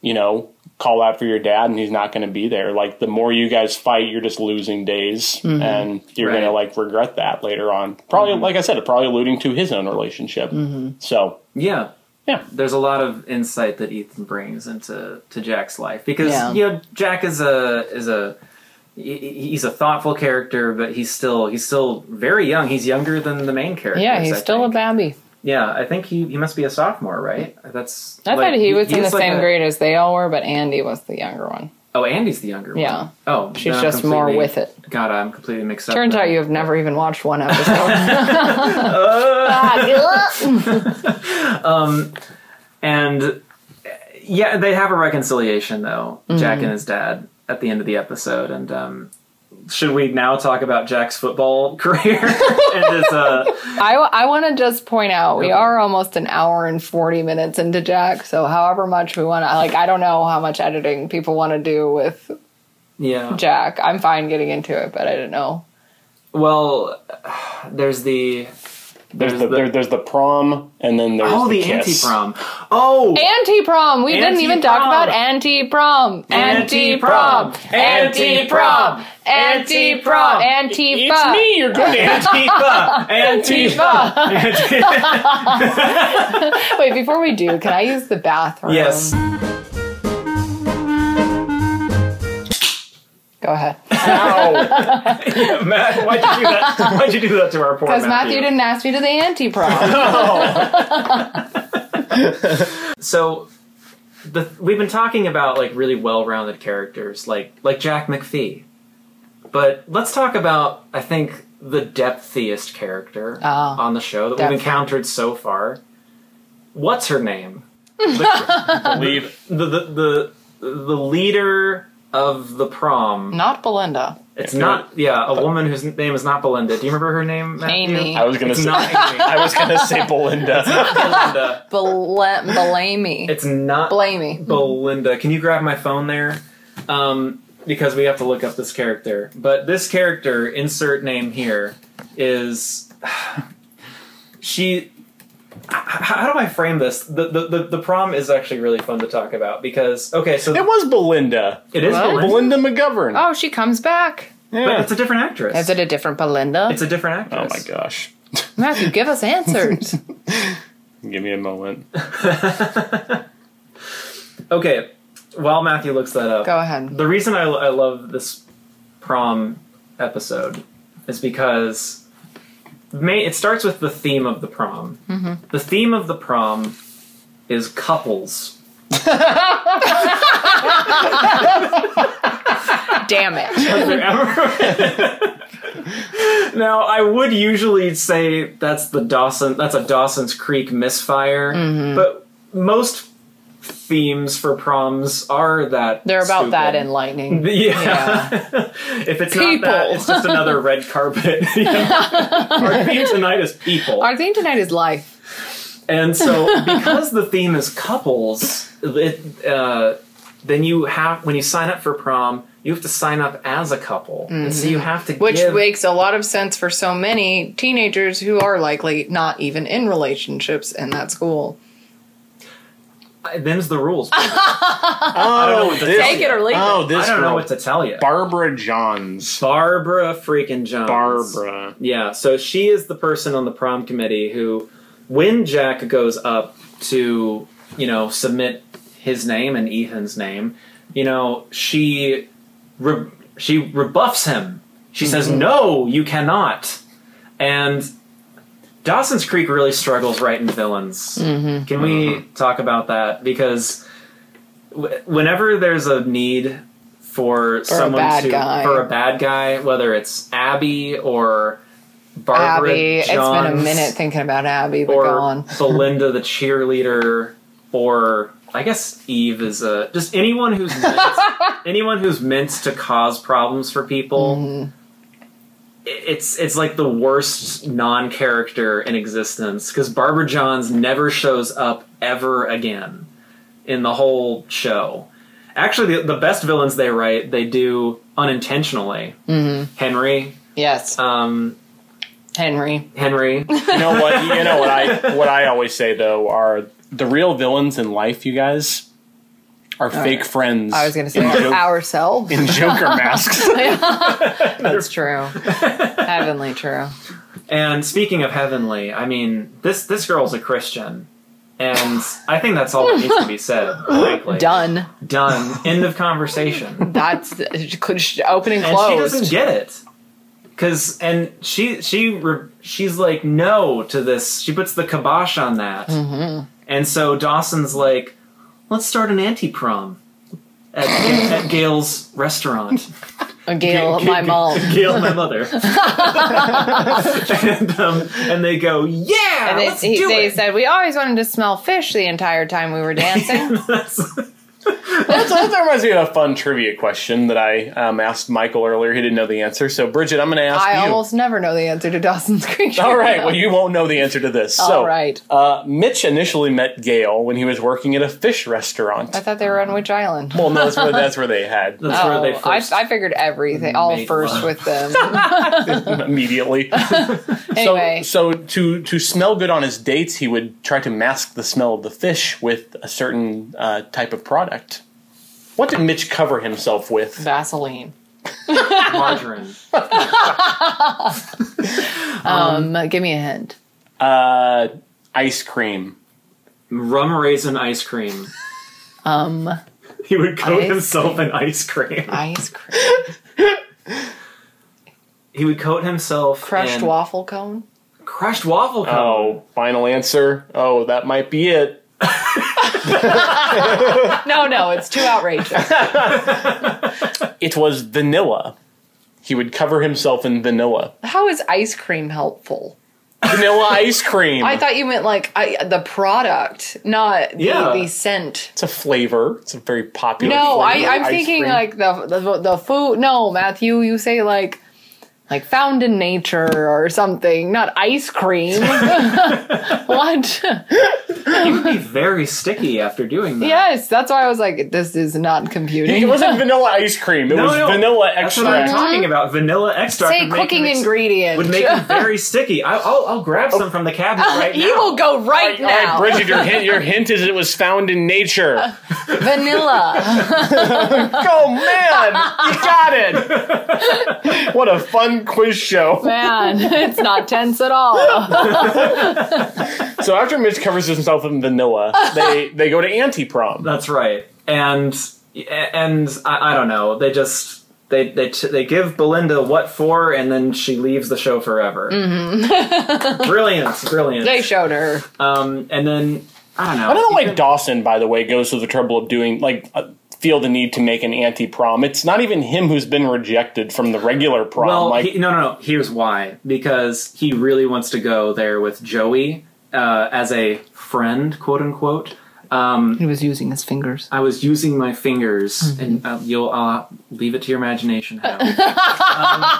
Speaker 4: you know, call out for your dad, and he's not gonna be there. Like the more you guys fight, you're just losing days, and you're gonna
Speaker 5: Right.
Speaker 4: like regret that later on. Probably, like I said, probably alluding to his own relationship. So
Speaker 5: Yeah.
Speaker 4: Yeah.
Speaker 5: There's a lot of insight that Ethan brings into to Jack's life because
Speaker 3: Yeah.
Speaker 5: you know Jack is a is a he- he's a thoughtful character, but he's still he's still very young. He's younger than the main character.
Speaker 7: Yeah, he's still a babby.
Speaker 5: Yeah, I think he, he must be a sophomore, right? That's
Speaker 7: I
Speaker 5: like,
Speaker 7: thought he was in the
Speaker 5: he's like
Speaker 7: same
Speaker 5: a-
Speaker 7: grade as they all were, but Andy was the younger one.
Speaker 5: Oh, Andy's the younger one.
Speaker 7: Yeah.
Speaker 5: Oh,
Speaker 7: She's
Speaker 5: then I'm
Speaker 7: just more
Speaker 5: completely-
Speaker 7: with it.
Speaker 5: God, I'm completely mixed up.
Speaker 7: Turns
Speaker 5: now.
Speaker 7: out you have never even watched one episode.
Speaker 5: And uh, yeah, they have a reconciliation though,
Speaker 3: Mm-hmm.
Speaker 5: Jack and his dad at the end of the episode. And um, should we now talk about Jack's football career and his uh,
Speaker 3: I, want to just point out we are almost an hour and 40 minutes into Jack. So, however much we want to, like, I don't know how much editing people want to do with
Speaker 5: yeah?
Speaker 3: Jack. I'm fine getting into it, but I don't know.
Speaker 5: Well, there's the
Speaker 4: there's,
Speaker 5: There's
Speaker 4: the,
Speaker 5: the-
Speaker 4: there, there's the prom, and then there's
Speaker 5: oh
Speaker 4: the,
Speaker 5: the,
Speaker 4: kiss.
Speaker 5: anti-prom. Oh,
Speaker 3: Anti prom. We didn't even talk
Speaker 5: Anti-prom.
Speaker 3: about anti prom. Anti prom. Anti prom. Anti prom. Anti
Speaker 4: It's
Speaker 3: prom.
Speaker 4: me, your good aunt.
Speaker 5: Antifa, Antifa.
Speaker 3: Wait, before we do, can I use the bathroom?
Speaker 5: Yes.
Speaker 3: Go ahead.
Speaker 5: Ow. Matt, why'd you do that? Why'd you do that to our poor
Speaker 3: Because Matthew didn't ask me to the anti prom.
Speaker 5: So the we've been talking about like really well-rounded characters like like Jack McPhee. But let's talk about I think the depthiest character on the show that
Speaker 3: Ah, depth.
Speaker 5: we've encountered so far. What's her name?
Speaker 4: Believe
Speaker 5: The the the, the leader of the prom.
Speaker 3: Not Belinda.
Speaker 5: It's
Speaker 4: If
Speaker 5: not yeah, a woman whose name is not Belinda. Do you remember her name? Matthew?
Speaker 3: Amy.
Speaker 4: I was gonna
Speaker 5: It's
Speaker 4: say.
Speaker 5: not Amy.
Speaker 4: I was gonna say Belinda.
Speaker 5: Belinda.
Speaker 3: Bel- blame me.
Speaker 5: It's not
Speaker 3: Blame me.
Speaker 5: Belinda. Can you grab my phone there? Um, because we have to look up this character. But this character, insert name here, is she. h- How do I frame this? The, the the the prom is actually really fun to talk about because okay, so
Speaker 4: it was Belinda.
Speaker 5: it is
Speaker 7: What?
Speaker 5: Belinda,
Speaker 4: Belinda McGovern.
Speaker 7: oh, she comes back.
Speaker 5: but
Speaker 4: yeah.
Speaker 5: it's a different actress.
Speaker 7: Is it a different Belinda?
Speaker 5: it's a different actress.
Speaker 4: oh my gosh.
Speaker 7: Matthew, give us answers.
Speaker 4: Give me a moment.
Speaker 5: Okay, while Matthew looks that up,
Speaker 3: Go ahead.
Speaker 5: The reason I, I love this prom episode is because may, it starts with the theme of the prom.
Speaker 3: Mm-hmm.
Speaker 5: The theme of the prom is couples.
Speaker 7: Damn it.
Speaker 5: now, I would usually say that's the Dawson. That's a Dawson's Creek misfire,
Speaker 3: Mm-hmm.
Speaker 5: but most themes for proms are that
Speaker 3: They're about
Speaker 5: stupid.
Speaker 3: that enlightening.
Speaker 5: Yeah. if it's not that,
Speaker 7: People.
Speaker 5: it's just another red carpet. You know? Our theme tonight is people.
Speaker 7: Our theme tonight is life.
Speaker 5: And so, because the theme is couples, it, uh, then you have when you sign up for prom, you have to sign up as a couple, and so you have to
Speaker 3: Which
Speaker 5: give.
Speaker 3: makes a lot of sense for so many teenagers who are likely not even in relationships in that school.
Speaker 5: them's the rules.
Speaker 4: Oh,
Speaker 5: what to
Speaker 4: this,
Speaker 5: tell
Speaker 7: Take it or leave it.
Speaker 4: oh, this
Speaker 5: I don't know
Speaker 4: girl.
Speaker 5: what to tell you.
Speaker 4: Barbara Johns.
Speaker 5: Barbara freaking Jones.
Speaker 4: Barbara.
Speaker 5: Yeah, so she is the person on the prom committee who, when Jack goes up to, you know, submit his name and Ethan's name, you know, she re- she
Speaker 3: Mm-hmm.
Speaker 5: rebuffs him. She says, "No, you cannot." And Dawson's Creek really struggles writing villains.
Speaker 3: Mm-hmm.
Speaker 5: Can we talk about that? Because w- whenever there's a need for, someone
Speaker 3: bad
Speaker 5: to
Speaker 3: guy.
Speaker 5: for a bad guy, whether it's Abby or Barbara
Speaker 3: Abby. it's been a
Speaker 5: Johns
Speaker 3: minute thinking about Abby, but
Speaker 5: or
Speaker 3: go on.
Speaker 5: Belinda the cheerleader, or I guess Eve is a just anyone who's meant, anyone who's meant to cause problems for people.
Speaker 3: Mm-hmm.
Speaker 5: i- It's it's like the worst non character in existence because Barbara Johns never shows up ever again in the whole show. Actually, the, the best villains they write they do unintentionally.
Speaker 3: Mm-hmm.
Speaker 5: Henry,
Speaker 3: Yes,
Speaker 5: um,
Speaker 3: Henry.
Speaker 5: Henry,
Speaker 4: You know what? You know what I what I always say though are the real villains in life. You guys are fake friends.
Speaker 3: I was going to say
Speaker 4: in, Jo-
Speaker 3: ourselves.
Speaker 4: in Joker masks.
Speaker 3: That's true. Heavenly true.
Speaker 5: And speaking of heavenly, I mean this this girl's a Christian, and I think that's all that needs to be said. Frankly,
Speaker 3: Done.
Speaker 5: Done. End of conversation.
Speaker 3: That's could- sh- opening
Speaker 5: And she doesn't
Speaker 3: closed.
Speaker 5: get it. Cause and she she re, she's like no to this. She puts the kibosh on that,
Speaker 3: Mm-hmm.
Speaker 5: and so Dawson's like, let's start an anti prom at, at Gail's restaurant.
Speaker 3: Gail, my mom.
Speaker 5: Gail, my mother. and, um, and they go, yeah,
Speaker 3: And they,
Speaker 5: let's
Speaker 3: he,
Speaker 5: do
Speaker 3: they
Speaker 5: it.
Speaker 3: said we always wanted to smell fish the entire time we were dancing.
Speaker 4: That reminds me of a fun trivia question that I um, asked Michael earlier. He didn't know the answer. So Bridget, I'm going to ask
Speaker 3: I
Speaker 4: you.
Speaker 3: almost never know the answer to Dawson's Creek.
Speaker 4: All right. Well, you won't know the answer to this. so,
Speaker 3: All right.
Speaker 4: Uh, Mitch initially met Gail when he was working at a fish restaurant.
Speaker 3: I thought they were on Witch Island.
Speaker 4: Well, no, that's where, that's where they had
Speaker 5: That's
Speaker 3: Oh,
Speaker 5: where they first.
Speaker 3: I, I figured everything all
Speaker 5: made
Speaker 3: first
Speaker 5: love.
Speaker 3: with them.
Speaker 4: immediately.
Speaker 3: anyway,
Speaker 4: So, so to to smell good on his dates, he would try to mask the smell of the fish with a certain uh, type of product. What did Mitch cover himself
Speaker 3: Uh,
Speaker 4: with?
Speaker 3: Vaseline.
Speaker 5: margarine.
Speaker 3: Um, give me a hint.
Speaker 4: Uh, ice cream.
Speaker 5: Rum raisin ice cream.
Speaker 3: Um,
Speaker 5: He would coat
Speaker 3: Ice
Speaker 5: himself in ice cream.
Speaker 3: ice cream,
Speaker 5: He would coat himself
Speaker 3: crushed
Speaker 5: in
Speaker 3: waffle cone.
Speaker 5: Crushed waffle cone.
Speaker 4: Oh, final answer. Oh, that might be it.
Speaker 3: No, no, it's too outrageous.
Speaker 4: It was vanilla. He would cover himself in vanilla.
Speaker 3: How is ice cream helpful?
Speaker 4: Vanilla ice cream.
Speaker 3: I thought you meant like I, the product, not the,
Speaker 5: Yeah.
Speaker 3: the scent.
Speaker 4: it's a flavor. It's a very popular.
Speaker 3: No, I,
Speaker 4: flavor,
Speaker 3: I'm
Speaker 4: ice
Speaker 3: thinking
Speaker 4: cream.
Speaker 3: like the, the the food. No, Matthew, you say like like found in nature or something, not ice cream. what?
Speaker 5: He
Speaker 4: Oh.
Speaker 5: would be very sticky after doing that.
Speaker 3: Yes, that's why I was like, this is not computing.
Speaker 4: It wasn't vanilla ice cream. It
Speaker 5: No,
Speaker 4: was
Speaker 5: no,
Speaker 4: vanilla
Speaker 5: That's what I'm
Speaker 4: extract.
Speaker 5: talking about. Vanilla extract.
Speaker 3: Say
Speaker 5: would make
Speaker 3: cooking
Speaker 5: him ex-
Speaker 3: ingredient.
Speaker 5: Would make him very sticky. I, I'll, I'll grab some from the cabinet right
Speaker 3: he
Speaker 5: now.
Speaker 3: will go right
Speaker 4: All right,
Speaker 3: now.
Speaker 4: Bridget, your hint, your hint is it was found in nature.
Speaker 3: Vanilla.
Speaker 4: Oh man, you got it! What a fun quiz show.
Speaker 3: Man, it's not tense at all.
Speaker 4: So after Mitch covers himself in vanilla, they they go to anti prom.
Speaker 5: That's right. And and I, I don't know. They just they they t- they give Belinda what for, and then she leaves the show forever. brilliant, brilliant.
Speaker 3: They showed her.
Speaker 5: Um, and then I don't know.
Speaker 4: I don't know why Dawson, by the way, goes to the trouble of doing like uh, feel the need to make an anti prom. It's not even him who's been rejected from the regular prom.
Speaker 5: Well,
Speaker 4: like
Speaker 5: he, no, no, no. Here's why: because he really wants to go there with Joey uh, as a friend, quote unquote.
Speaker 3: He was using his fingers.
Speaker 5: I was using my fingers, and uh, you'll uh, leave it to your imagination. How. Um,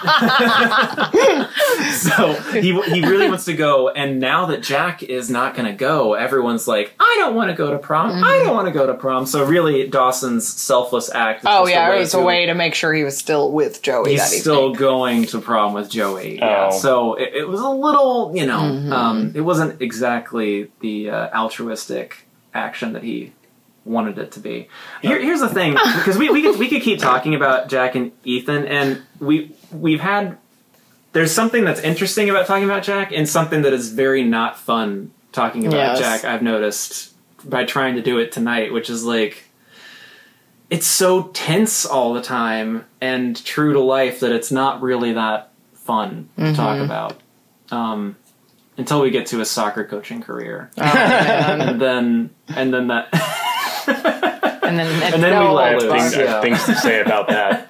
Speaker 5: so he he really wants to go, and now that Jack is not going to go, everyone's like, "I don't want to go to prom.
Speaker 3: Mm-hmm.
Speaker 5: I don't want to go to prom." So really, Dawson's selfless act. Is
Speaker 3: Oh
Speaker 5: just
Speaker 3: yeah,
Speaker 5: a way
Speaker 3: it was
Speaker 5: to-
Speaker 3: a way to make sure he was still with Joey
Speaker 5: He's
Speaker 3: that evening.
Speaker 5: still going to prom with Joey. Yeah.
Speaker 4: Oh.
Speaker 5: So it, it was a little, you know,
Speaker 3: Mm-hmm.
Speaker 5: um, it wasn't exactly the uh, altruistic action that he wanted it to be. Here, here's the thing, because we, we, could, we could keep talking about Jack and Ethan, and we we've had there's something that's interesting about talking about Jack, and something that is very not fun talking about
Speaker 3: Yes.
Speaker 5: Jack. I've noticed by trying to do it tonight, which is like it's so tense all the time and true to life that it's not really that fun to talk about. Um, until we get to his soccer coaching career, and then and then that
Speaker 3: And then,
Speaker 5: And then we
Speaker 3: no,
Speaker 5: let
Speaker 4: I have,
Speaker 5: it
Speaker 3: but-
Speaker 4: things, I have
Speaker 5: Yeah.
Speaker 4: things to say about that.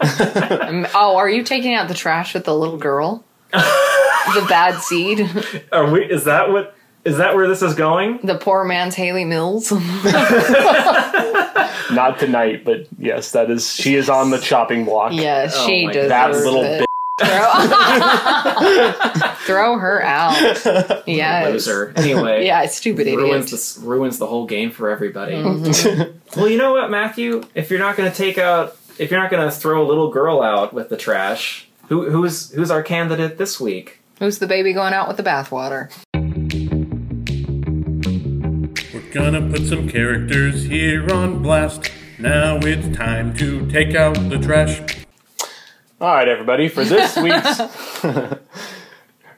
Speaker 3: Oh, are you taking out the trash with the little girl? the bad seed,
Speaker 5: are we? Is that what? Is that where this is going?
Speaker 3: the poor man's Haley Mills.
Speaker 4: Not tonight, but yes, that is. She is on the chopping block.
Speaker 3: yeah, she
Speaker 5: my-
Speaker 3: does.
Speaker 4: Oh That little
Speaker 3: it. Throw, throw her out. Yes.
Speaker 5: Loser. Anyway.
Speaker 3: Yeah, stupid
Speaker 5: Ruins
Speaker 3: idiot.
Speaker 5: the, ruins the whole game for everybody.
Speaker 3: Mm-hmm.
Speaker 5: well, you know what, Matthew? If you're not going to take out, if you're not going to throw a little girl out with the trash, who, who's who's our candidate this week?
Speaker 3: Who's the baby going out with the bathwater?
Speaker 8: We're gonna put some characters here on blast. Now it's time to take out the trash.
Speaker 4: All right, everybody, for this week's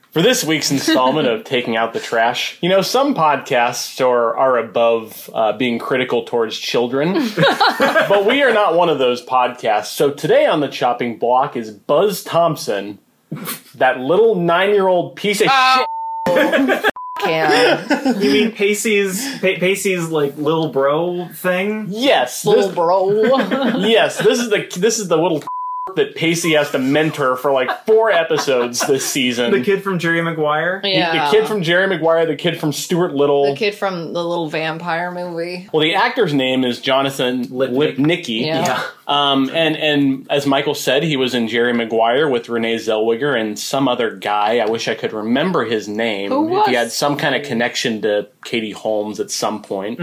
Speaker 4: for this week's installment of taking out the trash. You know, some podcasts are are above uh, being critical towards children, but we are not one of those podcasts. So today on the chopping block is Buzz Thompson, that little nine year old piece of
Speaker 3: Oh.
Speaker 4: shit.
Speaker 3: Can
Speaker 5: You mean Pacey's pa- Pacey's like little bro thing?
Speaker 4: Yes, this-
Speaker 3: little bro?
Speaker 4: yes, this is the this is the little that Pacey has to mentor for like four episodes this season.
Speaker 5: The kid from Jerry Maguire.
Speaker 4: The-
Speaker 3: yeah,
Speaker 4: the kid from Jerry Maguire, the kid from Stuart Little,
Speaker 3: the kid from the little vampire movie.
Speaker 5: Oh,
Speaker 4: Well, the actor's name is Jonathan
Speaker 5: Lipnick.
Speaker 4: Lipnicki.
Speaker 3: Yeah.
Speaker 5: Yeah.
Speaker 4: Um, and and as Michael said, he was in Jerry Maguire with Renee Zellweger and some other guy. I wish I could remember his name.
Speaker 3: Who was
Speaker 4: He had some kind of connection to Katie Holmes at some point.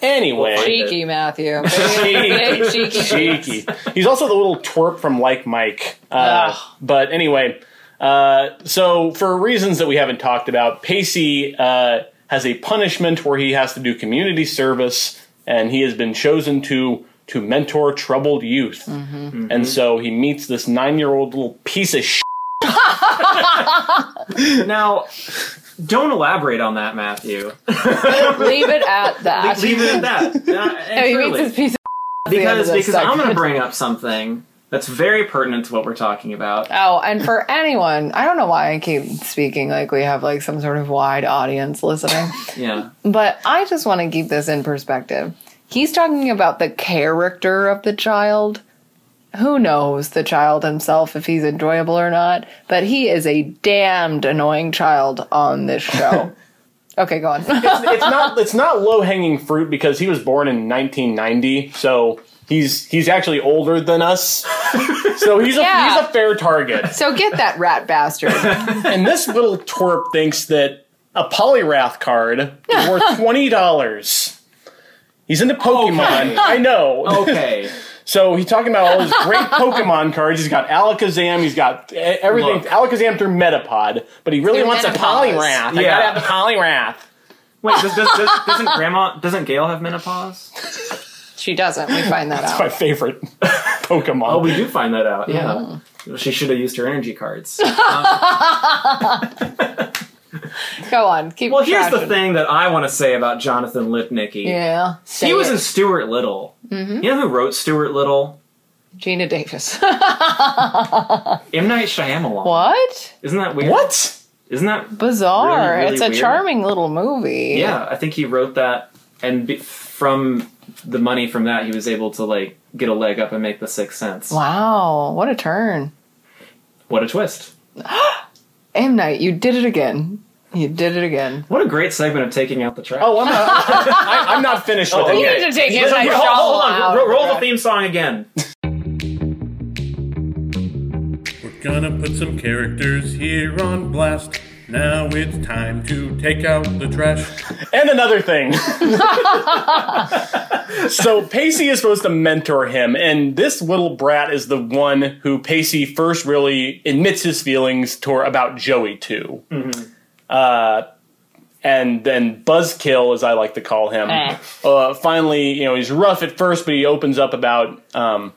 Speaker 4: Anyway,
Speaker 3: Cheeky Matthew. Big, big cheeky.
Speaker 4: cheeky. He's also the little twerp from Like Mike. Uh, but anyway, uh, so for reasons that we haven't talked about, Pacey uh, has a punishment where he has to do community service, and he has been chosen to to mentor troubled youth. And so he meets this nine year old little piece of shit.
Speaker 5: Now, don't elaborate on that, Matthew.
Speaker 3: Leave it at that.
Speaker 5: Leave it at that. Uh, and
Speaker 3: Oh, he meets
Speaker 5: truly.
Speaker 3: this piece of at the end of
Speaker 5: because
Speaker 3: this
Speaker 5: because I'm going to
Speaker 3: segment.
Speaker 5: bring up something that's very pertinent to what we're talking about.
Speaker 3: Oh, and for anyone, I don't know why I keep speaking like we have like some sort of wide audience listening,
Speaker 5: Yeah.
Speaker 3: but I just want to keep this in perspective. He's talking about the character of the child. Who knows the child himself if he's enjoyable or not, but he is a damned annoying child on this show. okay, go on.
Speaker 4: it's not it's not low hanging fruit because he was born in 1990, so he's he's actually older than us. So he's a
Speaker 3: Yeah.
Speaker 4: he's a fair target.
Speaker 3: so get that rat bastard.
Speaker 4: And this little twerp thinks that a polyrath card is worth twenty dollars. He's into Pokemon.
Speaker 5: Okay.
Speaker 4: I know.
Speaker 5: Okay.
Speaker 4: So he's talking about all his great Pokemon cards. He's got Alakazam. He's got e- everything.
Speaker 5: Look.
Speaker 4: Alakazam through Metapod, but he really
Speaker 3: Through
Speaker 4: wants a
Speaker 3: Metapods.
Speaker 4: polyrath. I
Speaker 5: Yeah.
Speaker 4: gotta have the polyrath.
Speaker 5: Wait, does, does, does, doesn't grandma doesn't Gail have menopause?
Speaker 3: she doesn't. We find that
Speaker 4: My
Speaker 3: out.
Speaker 4: favorite Pokemon.
Speaker 5: Oh, we do find that out. Yeah.
Speaker 3: Oh.
Speaker 5: She should have used her energy cards.
Speaker 3: Go on. Keep
Speaker 5: well, here's the
Speaker 3: trashing.
Speaker 5: thing that I want to say about Jonathan Lipnicki.
Speaker 3: Yeah. Mm-hmm.
Speaker 5: He
Speaker 3: say
Speaker 5: was
Speaker 3: it.
Speaker 5: in Stuart Little. You know who wrote Stuart Little?
Speaker 3: Gina Davis.
Speaker 5: M. Night Shyamalan.
Speaker 3: what?
Speaker 5: Isn't that weird?
Speaker 4: what?
Speaker 5: Isn't that?
Speaker 3: bizarre.
Speaker 5: Really, really
Speaker 3: it's a
Speaker 5: weird.
Speaker 3: charming little movie.
Speaker 5: Yeah, I think he wrote that, and be, from the money from that, he was able to like get a leg up and make The Sixth Sense.
Speaker 3: Wow, what a turn.
Speaker 5: What a twist!
Speaker 3: M Night, you did it again. You did it again.
Speaker 5: What a great segment of taking out the trash.
Speaker 4: Oh, I'm not, I, am not finished with it
Speaker 5: okay.
Speaker 4: yet.
Speaker 5: You Oh, need
Speaker 3: to take
Speaker 5: Hold on, hold on, hold on. Roll, roll the theme song again.
Speaker 8: We're gonna put some characters here on blast. Now it's time to take out the trash.
Speaker 4: And another thing. so Pacey is supposed to mentor him, and this little brat is the one who Pacey first really admits his feelings toward about Joey to. Uh, and then Buzzkill, as I like to call him,
Speaker 3: Eh.
Speaker 4: uh, finally, you know, he's rough at first, but he opens up about um,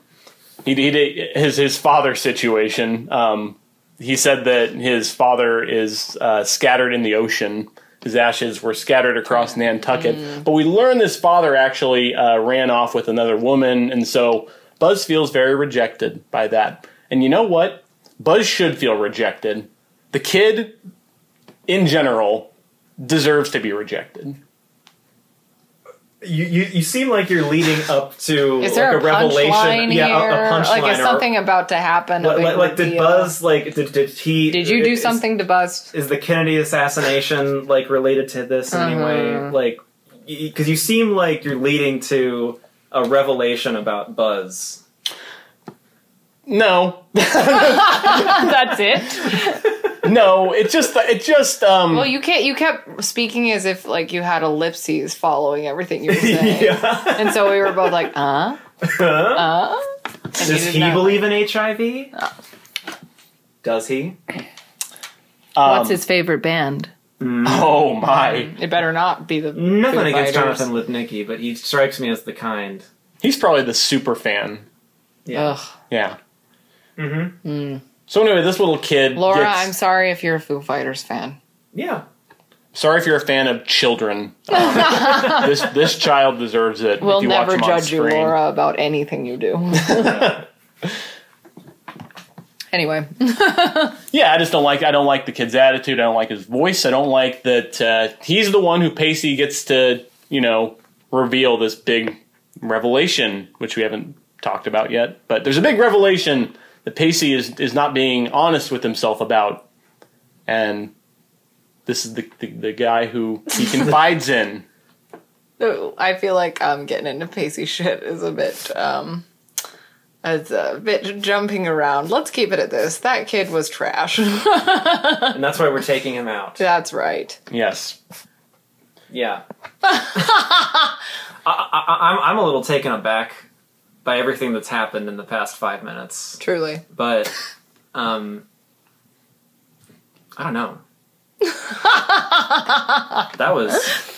Speaker 4: he, he did his his father situation. Um, he said that his father is uh, scattered in the ocean. His ashes were scattered across Nantucket.
Speaker 3: Mm.
Speaker 4: But we learn this father actually uh, ran off with another woman, and so Buzz feels very rejected by that. And you know what? Buzz should feel rejected. The kid, in general, deserves to be rejected.
Speaker 5: You, you, you seem like you're leading up to
Speaker 3: Is there
Speaker 5: like
Speaker 3: a, punchline
Speaker 5: revelation.
Speaker 3: here?
Speaker 5: Yeah, a, a punchline.
Speaker 3: like, is
Speaker 5: or-
Speaker 3: something about to happen? a
Speaker 5: Like,
Speaker 3: big
Speaker 5: like, like did
Speaker 3: reveal?
Speaker 5: Buzz like did, did he?
Speaker 3: Did you do
Speaker 5: is-
Speaker 3: something to Buzz?
Speaker 5: Is the Kennedy assassination like related to this in any
Speaker 3: Uh-huh.
Speaker 5: way? Like, because you seem like you're leading to a revelation about Buzz.
Speaker 4: No,
Speaker 3: That's it.
Speaker 4: no, it just it just um
Speaker 3: Well, you can't. You kept speaking as if like you had ellipses following everything you were saying,
Speaker 5: yeah.
Speaker 3: and so we were both like, "Uh, uh." And you
Speaker 5: Does
Speaker 3: did
Speaker 5: he
Speaker 3: not-
Speaker 5: believe in HIV?
Speaker 3: Oh.
Speaker 5: Does he?
Speaker 4: um,
Speaker 7: What's his favorite band?
Speaker 4: oh my,
Speaker 3: It better not be the
Speaker 5: Nothing
Speaker 3: Foo
Speaker 5: against
Speaker 3: Fighters.
Speaker 5: Jonathan Lipnicki, but he strikes me as the kind.
Speaker 4: he's probably the super fan.
Speaker 5: Yeah.
Speaker 3: Ugh,
Speaker 4: Yeah.
Speaker 5: Mhm.
Speaker 4: So anyway, this little kid.
Speaker 3: Hmm. Laura,
Speaker 4: gets-
Speaker 3: I'm sorry if you're a Foo Fighters fan.
Speaker 5: Yeah.
Speaker 4: sorry if you're a fan of children. Um, this this child deserves it.
Speaker 3: We'll
Speaker 4: if you
Speaker 3: never
Speaker 4: watch him on
Speaker 3: judge you,
Speaker 4: screen.
Speaker 3: Laura, about anything you do. anyway,
Speaker 4: Yeah, I just don't like. I don't like the kid's attitude. I don't like his voice. I don't like that uh, he's the one who Pacey gets to you know reveal this big revelation, which we haven't talked about yet. But there's a big revelation that Pacey is is not being honest with himself about, and this is the the, the guy who he confides in.
Speaker 3: I feel like um, getting into Pacey shit is a bit. Um, it's a bit jumping around. Let's keep it at this. That kid was trash.
Speaker 5: And that's why we're taking him out.
Speaker 3: That's right.
Speaker 4: Yes.
Speaker 5: Yeah. I, I, I'm, I'm a little taken aback by everything that's happened in the past five minutes,
Speaker 3: Truly.
Speaker 5: but um, I don't know. that was.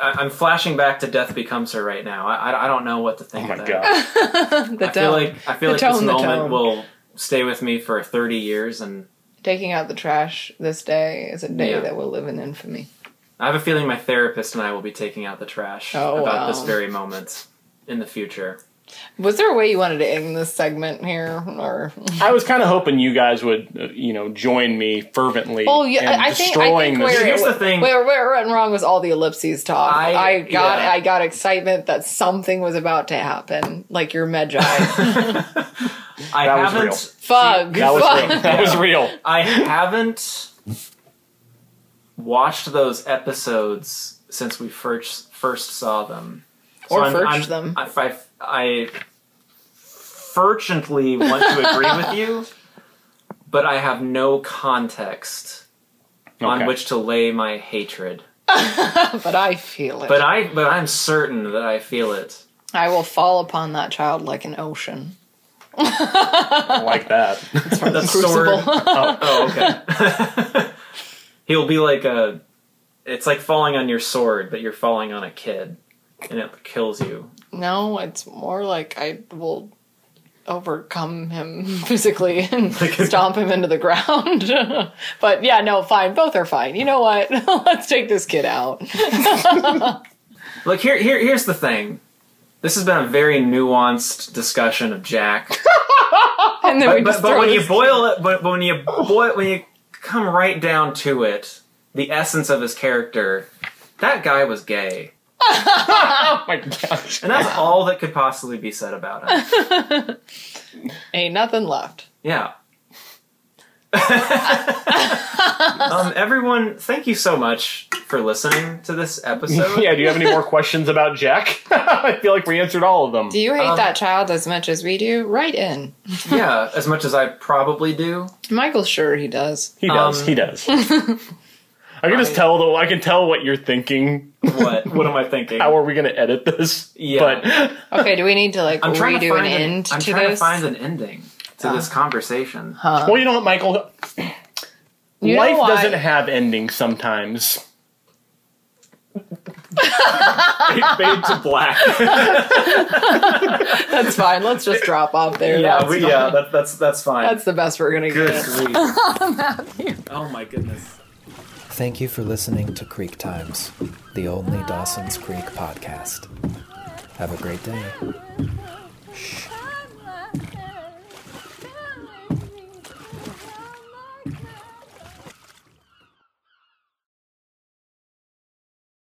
Speaker 5: I, I'm flashing back to Death Becomes Her right now. I, I, I don't know what to think.
Speaker 4: Oh
Speaker 5: of
Speaker 4: my
Speaker 5: that.
Speaker 4: god.
Speaker 3: The
Speaker 5: I
Speaker 3: tone.
Speaker 5: feel like I feel
Speaker 3: The
Speaker 5: like this
Speaker 3: tone, the
Speaker 5: moment
Speaker 3: tone.
Speaker 5: will stay with me for 30 years, and
Speaker 3: Taking out the trash this day is a day
Speaker 5: Yeah.
Speaker 3: that will live in infamy.
Speaker 5: I have a feeling my therapist and I will be taking out the trash
Speaker 3: Oh,
Speaker 5: about
Speaker 3: wow.
Speaker 5: this very moment in the future.
Speaker 3: Was there a way you wanted to end this segment here, or
Speaker 4: I was kind of hoping you guys would, uh, you know, join me fervently.
Speaker 3: Oh yeah,
Speaker 4: in
Speaker 3: I, I think I
Speaker 4: destroying
Speaker 3: think
Speaker 4: this-
Speaker 3: where
Speaker 5: Here's the thing.
Speaker 3: where where it went wrong was all the ellipses talk. I,
Speaker 5: I-
Speaker 3: got
Speaker 5: yeah.
Speaker 3: I got excitement that something was about to happen, like your Magi.
Speaker 5: I
Speaker 4: That was
Speaker 5: haven't.
Speaker 4: real.
Speaker 3: Fug,
Speaker 4: That was
Speaker 3: fug.
Speaker 4: real. That was real.
Speaker 5: I haven't watched those episodes since we first first saw them,
Speaker 3: Or
Speaker 5: I'm-
Speaker 3: firched them.
Speaker 5: I'm- I, I, I fervently want to agree with you, but I have no context on
Speaker 4: Okay.
Speaker 5: which to lay my hatred.
Speaker 3: But I feel it.
Speaker 5: But uh, I, but I'm certain that I feel it.
Speaker 3: I will fall upon that child like an ocean.
Speaker 4: I like that.
Speaker 3: Crucible.
Speaker 5: The sword. Oh, okay. He'll be like a. It's like falling on your sword, but you're falling on a kid, and it kills you.
Speaker 3: no, it's more like I will overcome him physically and stomp him into the ground. but yeah, no, fine. Both are fine. You know what? Let's take this kid out.
Speaker 5: Look here, here, here's the thing. This has been a very nuanced discussion of Jack,
Speaker 3: And then we
Speaker 5: but,
Speaker 3: just
Speaker 5: but, but
Speaker 3: throw
Speaker 5: when
Speaker 3: this
Speaker 5: you boil it, but when you boil, when you come right down to it, the essence of his character, that guy was gay,
Speaker 4: Oh my gosh.
Speaker 5: and that's all that could possibly be said about him.
Speaker 3: Ain't nothing left.
Speaker 5: Yeah. um, everyone, thank you so much for listening to this episode.
Speaker 4: Yeah, do you have any more questions about Jack? I feel like we answered all of them.
Speaker 3: Do you hate
Speaker 5: Um,
Speaker 3: that child as much as we do? Write in.
Speaker 5: Yeah, as much as I probably do.
Speaker 3: Michael's sure he does.
Speaker 4: He does.
Speaker 5: Um,
Speaker 4: he does. I can just tell though. I can tell what you're thinking.
Speaker 5: What? What am I thinking?
Speaker 4: How are we going to edit this?
Speaker 5: Yeah.
Speaker 4: But
Speaker 3: Okay, do we need to like
Speaker 5: I'm trying to
Speaker 3: redo an
Speaker 5: find
Speaker 3: end
Speaker 5: I'm
Speaker 3: to
Speaker 5: trying
Speaker 3: this? Ah.
Speaker 5: to find an ending to this conversation.
Speaker 4: well, you know what, Michael.
Speaker 3: You know
Speaker 4: Life
Speaker 3: why?
Speaker 4: doesn't have endings sometimes.
Speaker 5: Fade to black.
Speaker 3: That's fine. Let's just drop off there.
Speaker 5: yeah,
Speaker 3: that's,
Speaker 5: we, yeah, that, that's that's fine.
Speaker 3: that's the best we're gonna
Speaker 5: good
Speaker 3: get.
Speaker 5: grief. oh my goodness.
Speaker 2: Thank you for listening to Creek Times, the only Dawson's Creek podcast. Have a great day. Shh.